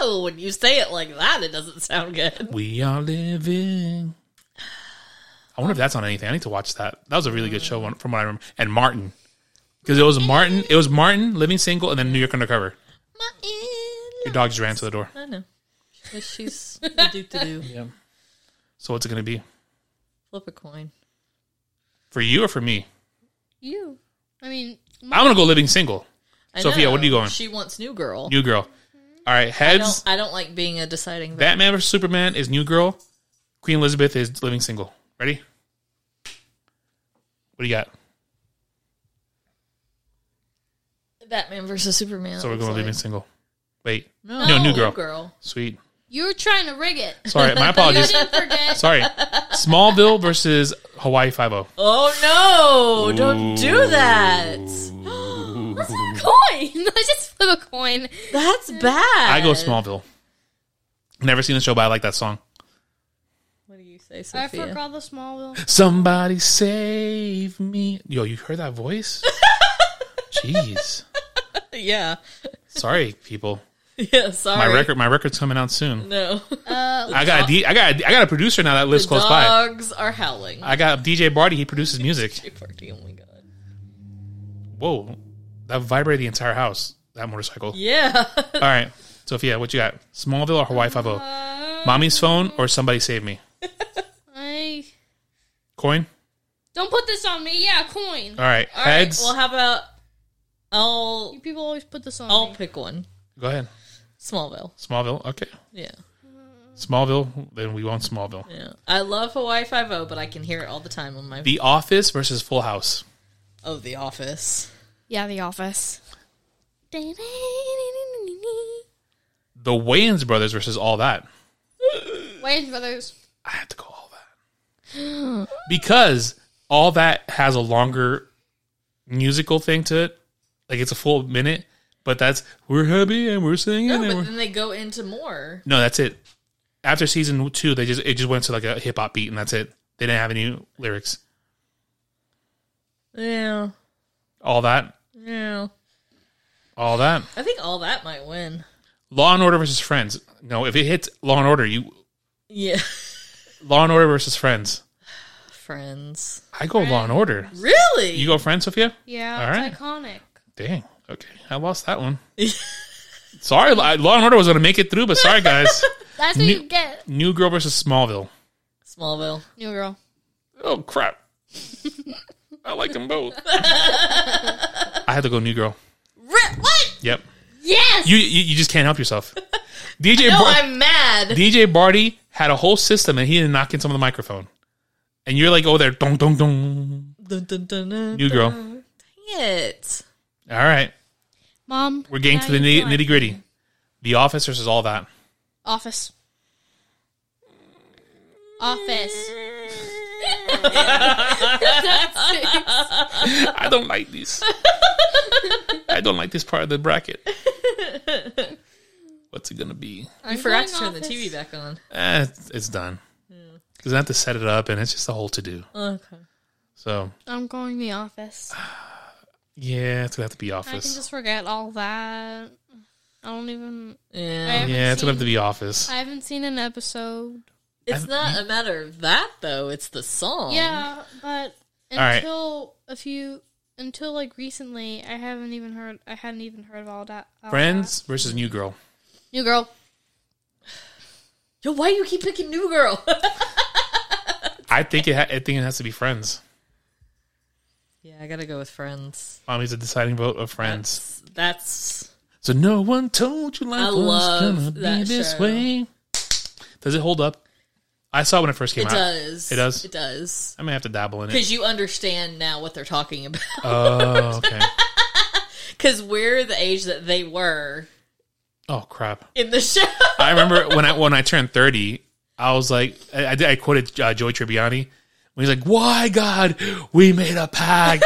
B: Oh, when you say it like that, it doesn't sound good.
A: We are living. I wonder if that's on anything. I need to watch that. That was a really good show one- from what I remember. And Martin. Because it was Martin. It was Martin, Living Single, and then New York Undercover. Your dog just ran to the door.
B: I know. But She's a do to do.
A: Yeah. So what's it gonna be
B: Flip a coin.
A: for you or for me?
C: You. I mean,
A: I'm gonna go living single.
B: I
A: Sophia, what are you
B: know.
A: going?
B: She wants New Girl.
A: New girl. All right,
B: I
A: heads.
B: don't. I don't like being a deciding vote.
A: Batman vs Superman is New Girl. Queen Elizabeth is living single. Ready? What do you got?
B: Batman versus Superman.
A: So we're
B: looks
A: going
B: like.
A: living single. Wait,
B: No,
A: No, New Girl.
B: girl.
A: sweet.
C: you were trying to rig it.
A: Sorry, my apologies.
C: Didn't forget.
A: Sorry. Smallville versus Hawaii Five O.
B: Oh no! Don't do that.
C: coin. Let's just flip a coin.
B: That's bad.
A: I go Smallville. Never seen the show, but I like that song.
B: What do you say,
C: I
B: Sophia?
C: forgot the small wheel.
A: Somebody save me. Yo, you heard that voice? Jeez.
B: Yeah.
A: Sorry, people.
B: Yeah. Sorry.
A: My record, my record's coming out soon.
B: No.
A: I got, a D, I got, a, I got a producer now that lives close by.
B: Dogs are howling.
A: I got DJ Barty. He produces music.
B: Party, oh my god.
A: Whoa, that vibrated the entire house. That motorcycle.
B: Yeah.
A: All right, Sophia, what you got? Smallville or Hawaii Five O? Mommy's phone or somebody save me?
C: I
A: Coin.
C: don't put this on me. Yeah, coin.
A: All right,
B: All right.
A: heads.
B: Well, how about I'll
C: You people always put this on
B: I'll
C: me.
B: pick one.
A: Go ahead.
B: Smallville.
A: Smallville. Okay.
B: Yeah.
A: Smallville. Then we want Smallville.
B: Yeah. I love Hawaii Five O, but I can hear it all the time on my
A: The Office versus Full House.
B: of The Office.
C: Yeah, The Office. Wayans
A: The Wayans brothers versus all that.
C: Brothers.
A: I have to go all that because all that has a longer musical thing to it. Like it's a full minute, but that's we're happy and we're singing.
B: No,
A: and we're,
B: but then they go into more.
A: No, that's it. After season two, they just it just went to like a hip hop beat, and that's it. They didn't have any lyrics.
B: Yeah.
A: All that,
B: Yeah.
A: all that.
B: I think all that might win.
A: Law and Order versus Friends. No, if it hits Law and Order, you
B: Yeah.
A: Law and Order versus Friends.
B: Friends.
A: I go Law and Order.
B: Really?
A: You go Friends, Sophia.
C: Yeah,
A: All right.
C: it's iconic.
A: Dang. Okay, I lost that one. sorry, Law Law and Order was gonna make it through, but sorry, guys.
C: That's what
A: New-
C: you get.
A: New Girl versus Smallville.
B: Smallville.
C: New girl.
A: Oh crap! I like them both. I had to go New Girl.
B: what?
A: Yep.
C: Yes.
A: You you, you just can't help yourself. DJ
B: No,
A: Bar-
B: I'm mad.
A: DJ Barty had a whole system and he didn't knock in some of the microphone. And you're like, oh, there, dong, dong, dong.
B: Dun, dun, dun, dun.
A: New girl.
B: It.
A: All right.
C: Mom.
A: We're getting to the nitty, nitty gritty. The Office versus all that.
C: Office. Office.
A: I don't like these. I don't like this part of the bracket. What's it going to be?
B: You forgot to turn the TV back on.
A: Eh, it's, it's done. Because I have to set it up and it's just a whole to do.
C: Uh.
B: Okay.
A: So,
C: I'm going the office.
A: yeah, it's going to have to be
C: I can
A: Office.
C: just forget all that. I don't even. I
B: Yeah.
C: haven't
A: yeah, it's going to have
C: seen-
A: to be Office.
C: I haven't seen an episode.
B: It's not a matter of that though. It's the song.
C: Yeah, but
A: right.
C: until a few until like recently, I haven't even heard. I hadn't even heard of all that. all
A: Friends versus New Girl.
C: that. new girl.
B: Yo, why do you keep picking New Girl?
A: I think it. Ha- I think it has to be Friends.
B: yeah, I gotta go with Friends.
A: Mommy's a deciding vote of Friends.
B: That's
A: So no one told you life
B: I
A: was
B: love
A: gonna be
B: that
A: this
B: show.
A: way. Does it hold up? I saw it when it first came
B: it
A: out.
B: does.
A: It does?
B: It does.
A: I may have to dabble in it.
B: Because you understand now what they're talking about.
A: Oh, okay.
B: Because we're the age that they were
A: Oh crap!
B: in the show.
A: I remember when I when I turned thirty, I was like, I I, did- I quoted uh, Joey Tribbiani when he's like, "Why God, we made a pact."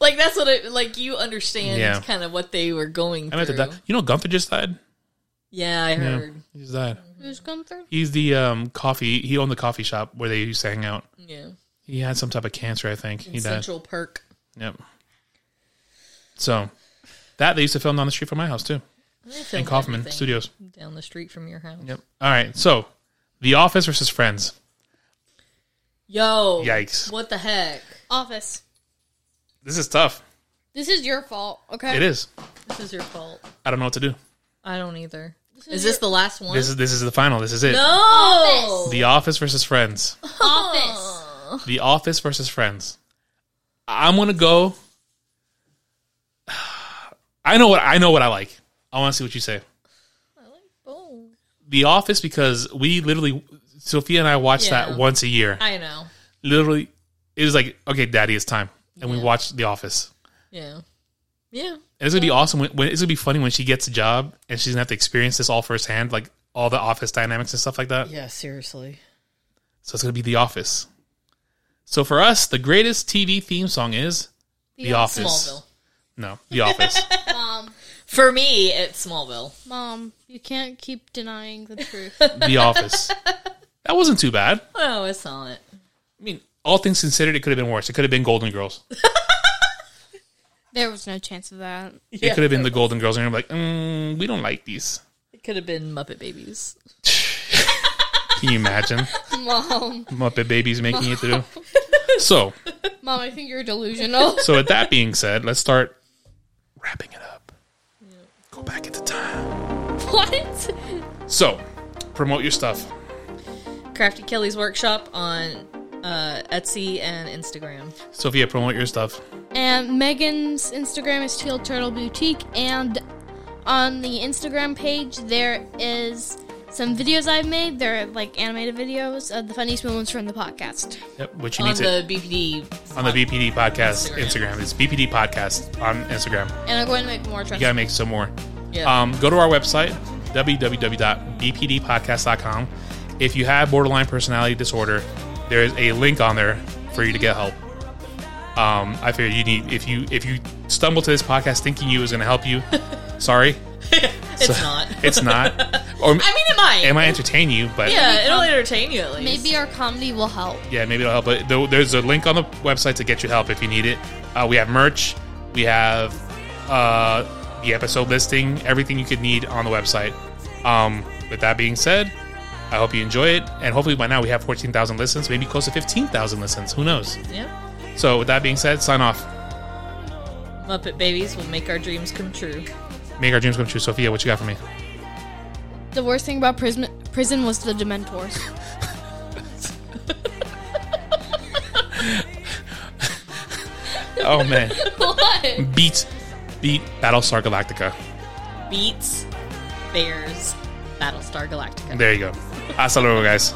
B: like that's what it like you understand
A: Yeah.
B: kind of what they were going
A: I meant to
B: through.
A: die. You know, Gunther just died.
B: Yeah, I
A: Yeah,
B: heard.
A: he just died.
C: Who's come through?
A: He's the um, coffee. He owned the coffee shop where they used to hang out.
B: Yeah.
A: He had some type of cancer, I think. He died.
B: Central Perk.
A: Yep. So that they used to film down the street from my house too, in Kaufman Studios.
B: Down the street from your house.
A: Yep. All right. So The Office versus Friends.
B: Yo.
A: Yikes.
B: What the heck?
C: Office.
A: This is tough.
C: This is your fault. Okay.
A: It is.
B: This is your fault.
A: I don't know what to do.
B: I don't either. Is this the last one?
A: This is this is the final. This is it.
B: Oh! no.
A: The Office versus Friends.
C: Office.
A: The Office versus Friends. I'm gonna go. I know what I know what I like. I want to see what you say.
B: Oh,
A: The Office because we literally Sophia and I watch
B: Yeah.
A: that once a year.
B: I know.
A: literally, it was like okay, Daddy, it's time, and we watched The Office.
B: Yeah. Yeah.
A: And it's gonna be awesome. When, when it's gonna be funny when she gets a job and she's gonna have to experience this all firsthand, like all the office dynamics and stuff like that.
B: Yeah, seriously.
A: So it's gonna be The Office. So for us, the greatest TV theme song is The, Office.
B: Smallville.
A: No, The Office.
C: Mom.
B: For me, it's Smallville.
C: Um, Mom, you can't keep denying the truth.
A: the Office. That wasn't too bad.
B: Oh, it's not.
A: I mean, all things considered, it could have been worse. It could have been Golden Girls.
C: there was no chance of that.
A: It could have been the Golden Girls, and you're like, mm, we don't like these.
B: It could have been Muppet Babies.
A: Can you imagine
C: Mom.
A: Muppet Babies making it through? So,
C: Mom, I think you're delusional.
A: so with that being said, let's start wrapping it up. Go back into time.
C: what?
A: So, promote your stuff.
B: Crafty Kelly's Workshop on uh, Etsy and Instagram.
A: Sophia, promote your stuff.
C: And Megan's Instagram is Teal Turtle Boutique, and on the Instagram page there is some videos I've made. They're like animated videos of the funniest moments from the podcast.
A: Yep, which you
B: on
A: need to
B: the BPD.
A: on the BPD podcast
B: Instagram.
A: Instagram. It's BPD podcast on Instagram.
C: And I'm going to make more. Trust
A: You gotta make some more.
B: Yeah.
A: Um, go to our website, www.bpdpodcast.com. If you have borderline personality disorder, there is a link on there for you to get help. Um, I figure you need if you if you stumble to this podcast thinking you was going to help you, sorry,
B: it's not.
A: it's not. Or
B: I mean, it might.
A: it might entertain you, but
B: Yeah, it'll entertain you at least.
C: Maybe our comedy will help.
A: Yeah, maybe it'll help. But there- there's a link on the website to get you help if you need it. Uh, we have merch. We have uh, the episode listing, everything you could need on the website. Um, with that being said, I hope you enjoy it. And hopefully by now we have 14,000 listens, maybe close to 15,000 listens. Who knows?
B: Yeah.
A: So with that being said, sign off.
B: Muppet Babies will make our dreams come true.
A: Make our dreams come true. Sophia, what you got for me?
C: The worst thing about prison prison was the Dementors.
A: Oh, man.
C: what?
A: beat, beat Battlestar Galactica.
B: Beats, Bears, Battlestar Galactica.
A: There you go. Hasta luego, guys.